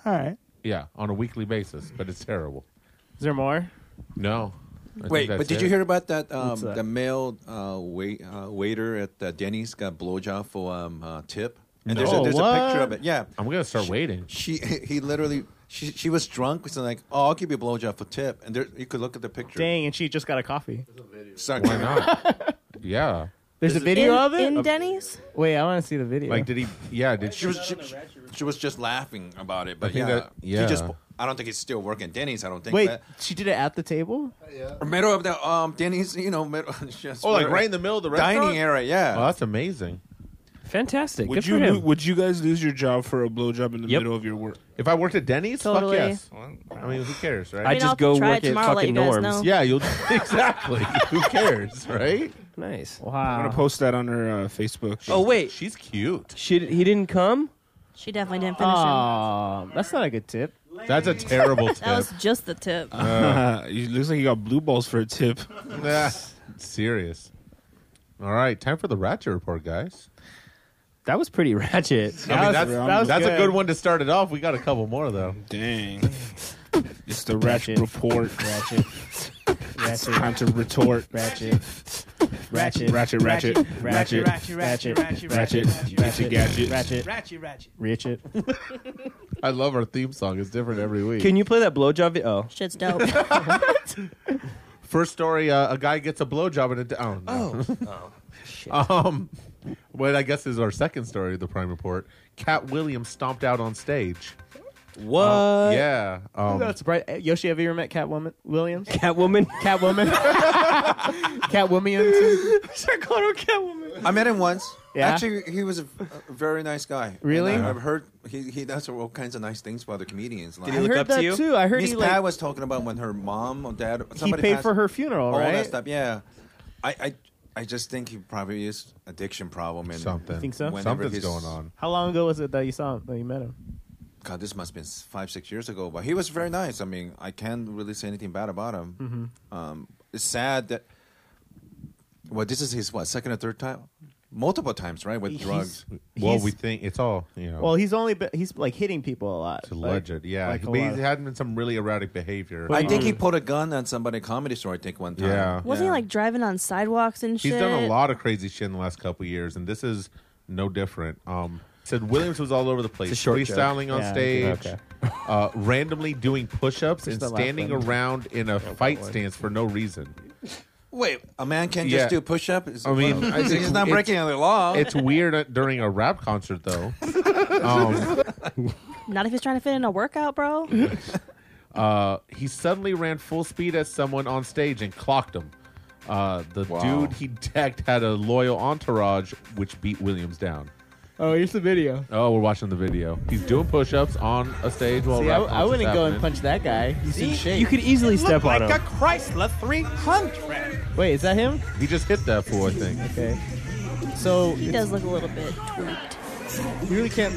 [SPEAKER 11] All right.
[SPEAKER 7] Yeah, on a weekly basis, but it's terrible.
[SPEAKER 6] Is there more?
[SPEAKER 7] No. I think
[SPEAKER 10] Wait,
[SPEAKER 7] that's
[SPEAKER 10] but did
[SPEAKER 7] it.
[SPEAKER 10] you hear about that? Um,
[SPEAKER 7] What's that?
[SPEAKER 10] The male uh, wait, uh, waiter at uh, Denny's got blowjob for um, uh, tip. And there's, a,
[SPEAKER 7] No.
[SPEAKER 10] there's a picture of
[SPEAKER 7] What?
[SPEAKER 10] it. Yeah,
[SPEAKER 7] I'm gonna start waiting.
[SPEAKER 10] She (laughs) he literally she she was drunk. So like, oh, I'll give you a blowjob for tip. And there you could look at the picture.
[SPEAKER 6] Dang, and she just got a coffee.
[SPEAKER 10] Sorry.
[SPEAKER 7] Why not? yeah.
[SPEAKER 6] There's a video
[SPEAKER 12] in,
[SPEAKER 6] of it.
[SPEAKER 12] in Denny's.
[SPEAKER 6] (laughs) Wait, I want to see the video.
[SPEAKER 7] Like, did he? Yeah, did
[SPEAKER 10] (laughs) She was she, she was just laughing about it. But
[SPEAKER 7] think
[SPEAKER 10] yeah,
[SPEAKER 7] that- yeah.
[SPEAKER 10] He just, I don't think he's still working at Denny's. I don't think.
[SPEAKER 6] Wait,
[SPEAKER 10] but-
[SPEAKER 6] she did it at the table?
[SPEAKER 10] middle of the um Denny's. You know, (laughs) middle. just
[SPEAKER 7] Oh, like
[SPEAKER 10] where-
[SPEAKER 7] right in the middle of the
[SPEAKER 10] dining
[SPEAKER 7] restaurant?
[SPEAKER 10] area. Yeah.
[SPEAKER 7] Well, Oh, that's amazing. (laughs)
[SPEAKER 8] Fantastic.
[SPEAKER 5] Would
[SPEAKER 7] Good
[SPEAKER 5] you
[SPEAKER 7] for
[SPEAKER 5] lo-
[SPEAKER 7] him.
[SPEAKER 5] would you guys lose your job for a blowjob in the middle of your work?
[SPEAKER 7] If I worked at Denny's, fuck
[SPEAKER 5] Totally.
[SPEAKER 7] yes. I mean, who cares, right?
[SPEAKER 8] I just go work at fucking norms.
[SPEAKER 7] Yeah, you'll (laughs) exactly. who cares, right?
[SPEAKER 8] Nice.
[SPEAKER 5] I'm
[SPEAKER 8] Wow.
[SPEAKER 5] gonna post that on her uh, Facebook.
[SPEAKER 8] Oh wait,
[SPEAKER 7] she's cute.
[SPEAKER 8] She he didn't come.
[SPEAKER 12] She definitely didn't finish him.
[SPEAKER 6] Oh, that's not a good tip.
[SPEAKER 7] That's a terrible tip.
[SPEAKER 12] (laughs) That was just the
[SPEAKER 7] (laughs)
[SPEAKER 12] tip.
[SPEAKER 5] Uh, (laughs) it looks like you got blue balls for a tip.
[SPEAKER 7] Ah, (laughs) serious. All right, time for the ratchet report, guys.
[SPEAKER 8] That was pretty ratchet.
[SPEAKER 7] I mean, that's that's a good one to start it off. We got a couple more though.
[SPEAKER 5] Dang. It's the ratchet report. Ratchet. It's time to retort.
[SPEAKER 6] Ratchet.
[SPEAKER 5] Ratchet. Ratchet. Ratchet. Ratchet.
[SPEAKER 11] Ratchet, ratchet, ratchet,
[SPEAKER 5] Ratchet. Ratchet. Gadget.
[SPEAKER 6] Ratchet.
[SPEAKER 11] Ratchet, ratchet.
[SPEAKER 6] Ratchet.
[SPEAKER 7] (laughs) I love our theme song. It's different every week.
[SPEAKER 8] Can you play that blowjob? vi- Oh,
[SPEAKER 12] Shit's dope.
[SPEAKER 7] (laughs) First story: uh, a guy gets a blowjob and a. Oh, no. (laughs)
[SPEAKER 8] oh.
[SPEAKER 7] Um, what I guess is our second story of the Prime Report. Cat Williams stomped out on stage.
[SPEAKER 8] What?
[SPEAKER 7] yeah. Um,
[SPEAKER 6] that's bright. Uh, Yoshi, have you ever met Catwoman Williams?
[SPEAKER 8] Catwoman.
[SPEAKER 6] (laughs) Catwoman. (laughs) Catwoman.
[SPEAKER 8] Sarkoto Catwoman.
[SPEAKER 10] I met him once.
[SPEAKER 6] Yeah?
[SPEAKER 10] Actually, he was a, a very nice guy.
[SPEAKER 6] Really?
[SPEAKER 10] And I, have heard he, he does all kinds of nice things for other comedians. Like,
[SPEAKER 8] he look
[SPEAKER 6] I heard
[SPEAKER 8] up to
[SPEAKER 6] that
[SPEAKER 8] you?
[SPEAKER 6] too. I heard
[SPEAKER 10] Miss
[SPEAKER 6] he
[SPEAKER 10] Pat
[SPEAKER 6] like
[SPEAKER 10] was talking about when her mom or dad
[SPEAKER 6] he
[SPEAKER 10] somebody
[SPEAKER 6] paid
[SPEAKER 10] passed-
[SPEAKER 6] for her funeral,
[SPEAKER 10] all
[SPEAKER 6] right?
[SPEAKER 10] that stuff. Yeah, I, I I just think he probably is addiction problem and
[SPEAKER 7] Something.
[SPEAKER 6] Think so?
[SPEAKER 10] whenever
[SPEAKER 7] Something's
[SPEAKER 10] he's-
[SPEAKER 7] going on.
[SPEAKER 6] How long ago was it that you saw him? That you met him?
[SPEAKER 10] God, this must have been five six years ago, but he was very nice. I mean, I can't really say anything bad about him. Um, it's sad that. Well, this is his what second or third time, multiple times, right? With
[SPEAKER 6] He's-
[SPEAKER 10] drugs.
[SPEAKER 7] Well,
[SPEAKER 6] He's-
[SPEAKER 7] we think it's all you know.
[SPEAKER 6] Well, he's only been, he's like hitting people a lot.
[SPEAKER 7] it's a
[SPEAKER 6] like-
[SPEAKER 7] legend. Yeah,
[SPEAKER 6] like a
[SPEAKER 7] but
[SPEAKER 6] lot Um,
[SPEAKER 7] he's
[SPEAKER 6] of-
[SPEAKER 7] had been some really erratic behavior.
[SPEAKER 10] I think he pulled a gun on somebody at comedy store. I think one time.
[SPEAKER 7] Yeah.
[SPEAKER 12] Wasn't he like driving on sidewalks and shit?
[SPEAKER 7] He's done a lot of crazy shit in the last couple years, and this is no different. Um, said Williams was all over the place,
[SPEAKER 8] It's a short joke.
[SPEAKER 7] freestyling on
[SPEAKER 6] Yeah,
[SPEAKER 7] stage,
[SPEAKER 6] okay.
[SPEAKER 7] uh, randomly doing push-ups
[SPEAKER 6] Just
[SPEAKER 7] and
[SPEAKER 6] the last
[SPEAKER 7] standing
[SPEAKER 6] one.
[SPEAKER 7] around in a fight stance for no reason.
[SPEAKER 10] Wait, a man can't
[SPEAKER 7] Yeah.
[SPEAKER 10] just do push up?
[SPEAKER 7] I mean, I think
[SPEAKER 10] he's
[SPEAKER 7] it's-
[SPEAKER 10] not breaking any law. (laughs)
[SPEAKER 7] It's weird uh, during a rap concert though. Um,
[SPEAKER 12] Not if he's trying to fit in a workout,
[SPEAKER 7] (laughs)
[SPEAKER 12] bro.
[SPEAKER 7] uh, he suddenly ran full speed at someone on stage and clocked him. Uh, the
[SPEAKER 10] Wow.
[SPEAKER 7] dude he decked had a loyal entourage, which beat Williams down.
[SPEAKER 6] Oh, here's the video.
[SPEAKER 7] Oh, we're watching the video. He's doing push-ups on a stage while
[SPEAKER 6] See, I,
[SPEAKER 7] rap
[SPEAKER 6] I
[SPEAKER 7] concert's
[SPEAKER 6] wouldn't go and
[SPEAKER 7] happening.
[SPEAKER 6] punch that guy. He's in shape.
[SPEAKER 8] You could easily step on him.
[SPEAKER 11] Chrysler 300.
[SPEAKER 6] Wait, is that him?
[SPEAKER 7] He just hit that fool, I think.
[SPEAKER 6] Okay. So
[SPEAKER 12] He does look a little bit tweaked.
[SPEAKER 8] You really can't.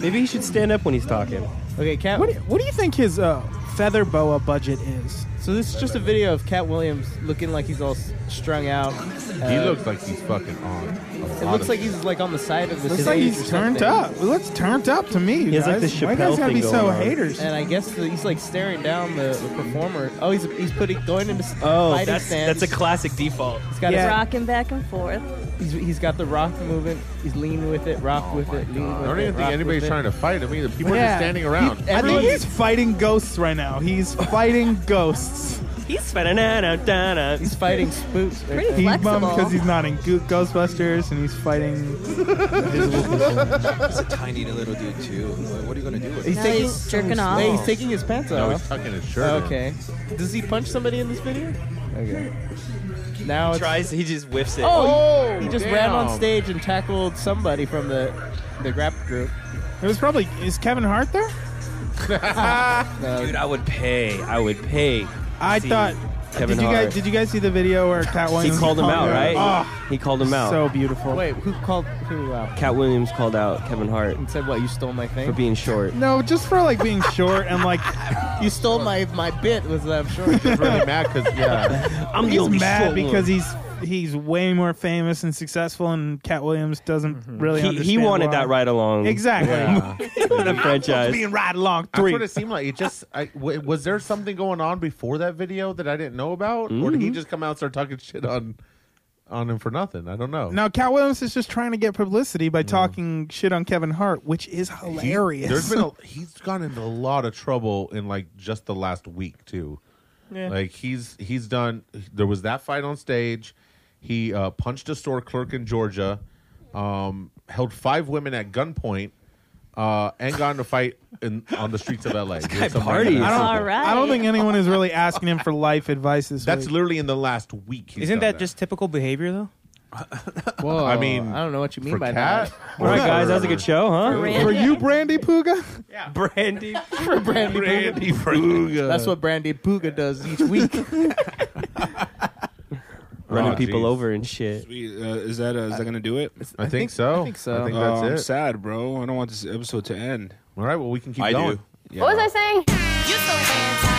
[SPEAKER 8] Maybe he should stand up when he's talking.
[SPEAKER 6] okay, Cat.
[SPEAKER 11] What do, what do you think his uh, feather boa budget is?
[SPEAKER 6] So this is just a video of Cat Williams looking like he's all s- strung out.
[SPEAKER 7] He
[SPEAKER 6] Uh,
[SPEAKER 7] looks like he's fucking on. a
[SPEAKER 6] It
[SPEAKER 7] lot
[SPEAKER 6] looks
[SPEAKER 7] of
[SPEAKER 6] like
[SPEAKER 7] shit.
[SPEAKER 6] he's like on the side of the.
[SPEAKER 11] Looks like he's turned up. It looks turned up to me.
[SPEAKER 8] has, like,
[SPEAKER 11] guys.
[SPEAKER 8] this
[SPEAKER 11] Why you guys
[SPEAKER 8] Chappelle
[SPEAKER 11] gotta be
[SPEAKER 8] thing
[SPEAKER 11] so
[SPEAKER 8] going on.
[SPEAKER 11] haters?
[SPEAKER 6] And I guess the, he's like staring down the, the performer. Oh, he's he's putting going into s-
[SPEAKER 8] Oh,
[SPEAKER 6] fighting
[SPEAKER 8] that's
[SPEAKER 6] stance.
[SPEAKER 8] that's a classic default.
[SPEAKER 6] he's got
[SPEAKER 11] Yeah.
[SPEAKER 6] his
[SPEAKER 12] Rocking back and forth.
[SPEAKER 6] He's, he's got the rock movement. He's lean with it, rock
[SPEAKER 8] Oh
[SPEAKER 6] with it, lean with
[SPEAKER 7] I don't
[SPEAKER 6] it.
[SPEAKER 7] even think
[SPEAKER 6] rock
[SPEAKER 7] anybody's
[SPEAKER 6] with
[SPEAKER 7] trying
[SPEAKER 6] it.
[SPEAKER 7] to fight him either. People are
[SPEAKER 11] Yeah.
[SPEAKER 7] just standing around.
[SPEAKER 11] I think he's fighting ghosts right now.
[SPEAKER 8] (laughs)
[SPEAKER 11] He's fighting ghosts.
[SPEAKER 8] He's ba-da-na-na-na-na.
[SPEAKER 6] He's fighting spooks. right
[SPEAKER 12] Pretty
[SPEAKER 6] there.
[SPEAKER 11] He's
[SPEAKER 12] Flexible.
[SPEAKER 11] bummed because he's not in Go- Ghostbusters and he's fighting.
[SPEAKER 10] He's a tiny little dude, too. What what are you going to do with him?
[SPEAKER 6] He's
[SPEAKER 12] Now
[SPEAKER 6] taking
[SPEAKER 12] he's jerking
[SPEAKER 6] Hey,
[SPEAKER 12] off.
[SPEAKER 6] he's taking his pants
[SPEAKER 7] No,
[SPEAKER 6] off.
[SPEAKER 7] he's tucking his shirt. in.
[SPEAKER 6] okay. Does he punch somebody in this video? Okay. Now
[SPEAKER 8] He
[SPEAKER 6] it's
[SPEAKER 8] tries. He just whiffs it.
[SPEAKER 6] Oh, he, he just ran on
[SPEAKER 7] damn.
[SPEAKER 8] (laughs)
[SPEAKER 6] stage and tackled somebody from the the rap group.
[SPEAKER 11] It was probably. Is Kevin Hart there?
[SPEAKER 6] Uh,
[SPEAKER 8] dude, I would pay. I would pay.
[SPEAKER 11] I
[SPEAKER 8] See,
[SPEAKER 11] thought
[SPEAKER 8] Kevin
[SPEAKER 11] did you
[SPEAKER 8] Hart.
[SPEAKER 11] guys did you guys see the video where Cat
[SPEAKER 8] he
[SPEAKER 11] Williams
[SPEAKER 8] called him out,
[SPEAKER 11] Oh,
[SPEAKER 8] right?
[SPEAKER 11] oh,
[SPEAKER 8] he called him out.
[SPEAKER 11] So beautiful.
[SPEAKER 6] Wait, who called who out?
[SPEAKER 8] Cat Williams called out Kevin Hart
[SPEAKER 6] and said, "What you stole my thing
[SPEAKER 8] for being short."
[SPEAKER 11] No, just for like being short and like
[SPEAKER 6] (laughs) you stole my my bit was I'm sure
[SPEAKER 11] (laughs)
[SPEAKER 6] really
[SPEAKER 7] mad because
[SPEAKER 8] (laughs)
[SPEAKER 7] yeah
[SPEAKER 6] I'm the
[SPEAKER 11] he's
[SPEAKER 6] only
[SPEAKER 11] mad
[SPEAKER 6] short
[SPEAKER 11] because
[SPEAKER 6] one.
[SPEAKER 11] he's he's way more famous and successful, and Cat Williams doesn't really.
[SPEAKER 8] Mm-hmm. He- he
[SPEAKER 11] understand
[SPEAKER 8] wanted
[SPEAKER 11] why.
[SPEAKER 8] that ride along.
[SPEAKER 11] Exactly.
[SPEAKER 6] (laughs)
[SPEAKER 8] Yeah.
[SPEAKER 11] the
[SPEAKER 8] franchise.
[SPEAKER 11] being ride along
[SPEAKER 7] That's
[SPEAKER 11] three.
[SPEAKER 7] what it seemed like. It just I, w- was there something going on before that video that I didn't know about, or did he just come out and start talking shit on on him for nothing? I don't know.
[SPEAKER 11] (laughs) Now, Cat Williams is just trying to get publicity
[SPEAKER 8] Mm.
[SPEAKER 11] by talking shit on Kevin Hart, which is
[SPEAKER 7] He-
[SPEAKER 11] hilarious.
[SPEAKER 7] there's
[SPEAKER 11] (laughs)
[SPEAKER 7] been a, he's gone into a lot of trouble in like just the last week too.
[SPEAKER 11] Yeah.
[SPEAKER 7] Like he's he's done. There was that fight on stage. He uh, punched a store clerk in Georgia, um, held five women at gunpoint, uh, and got in a fight in, on the streets of L.A. with some
[SPEAKER 11] I
[SPEAKER 7] random
[SPEAKER 11] don't,
[SPEAKER 7] asshole.
[SPEAKER 11] I don't think anyone is really asking him for life advice this
[SPEAKER 7] That's
[SPEAKER 11] week.
[SPEAKER 7] literally in the last week. he's
[SPEAKER 9] Isn't
[SPEAKER 7] done
[SPEAKER 9] that, just typical behavior, though?
[SPEAKER 7] (laughs)
[SPEAKER 6] Whoa,
[SPEAKER 7] I mean,
[SPEAKER 6] I don't know what you mean
[SPEAKER 7] for
[SPEAKER 6] by
[SPEAKER 7] cat?
[SPEAKER 6] that.
[SPEAKER 8] All right, guys, that was a good show, huh?
[SPEAKER 11] For you, Brandy Puga?
[SPEAKER 8] Brandy.
[SPEAKER 6] (laughs) for Brandy,
[SPEAKER 7] Brandy
[SPEAKER 6] Booga.
[SPEAKER 7] Booga.
[SPEAKER 6] That's what Brandy Booga does each week.
[SPEAKER 7] (laughs)
[SPEAKER 8] Running
[SPEAKER 5] Oh,
[SPEAKER 8] people
[SPEAKER 5] geez.
[SPEAKER 8] over and shit.
[SPEAKER 5] Sweet. Uh, is that uh, is that gonna do it?
[SPEAKER 7] I think think- so.
[SPEAKER 6] I think so. I think
[SPEAKER 5] Uh,
[SPEAKER 7] that's
[SPEAKER 5] I'm
[SPEAKER 7] it.
[SPEAKER 5] sad, bro. I don't want this episode to end.
[SPEAKER 7] All right. Well, we can keep
[SPEAKER 5] I
[SPEAKER 7] going.
[SPEAKER 5] Do. Yeah.
[SPEAKER 3] What was I saying?
[SPEAKER 4] You so fantastic.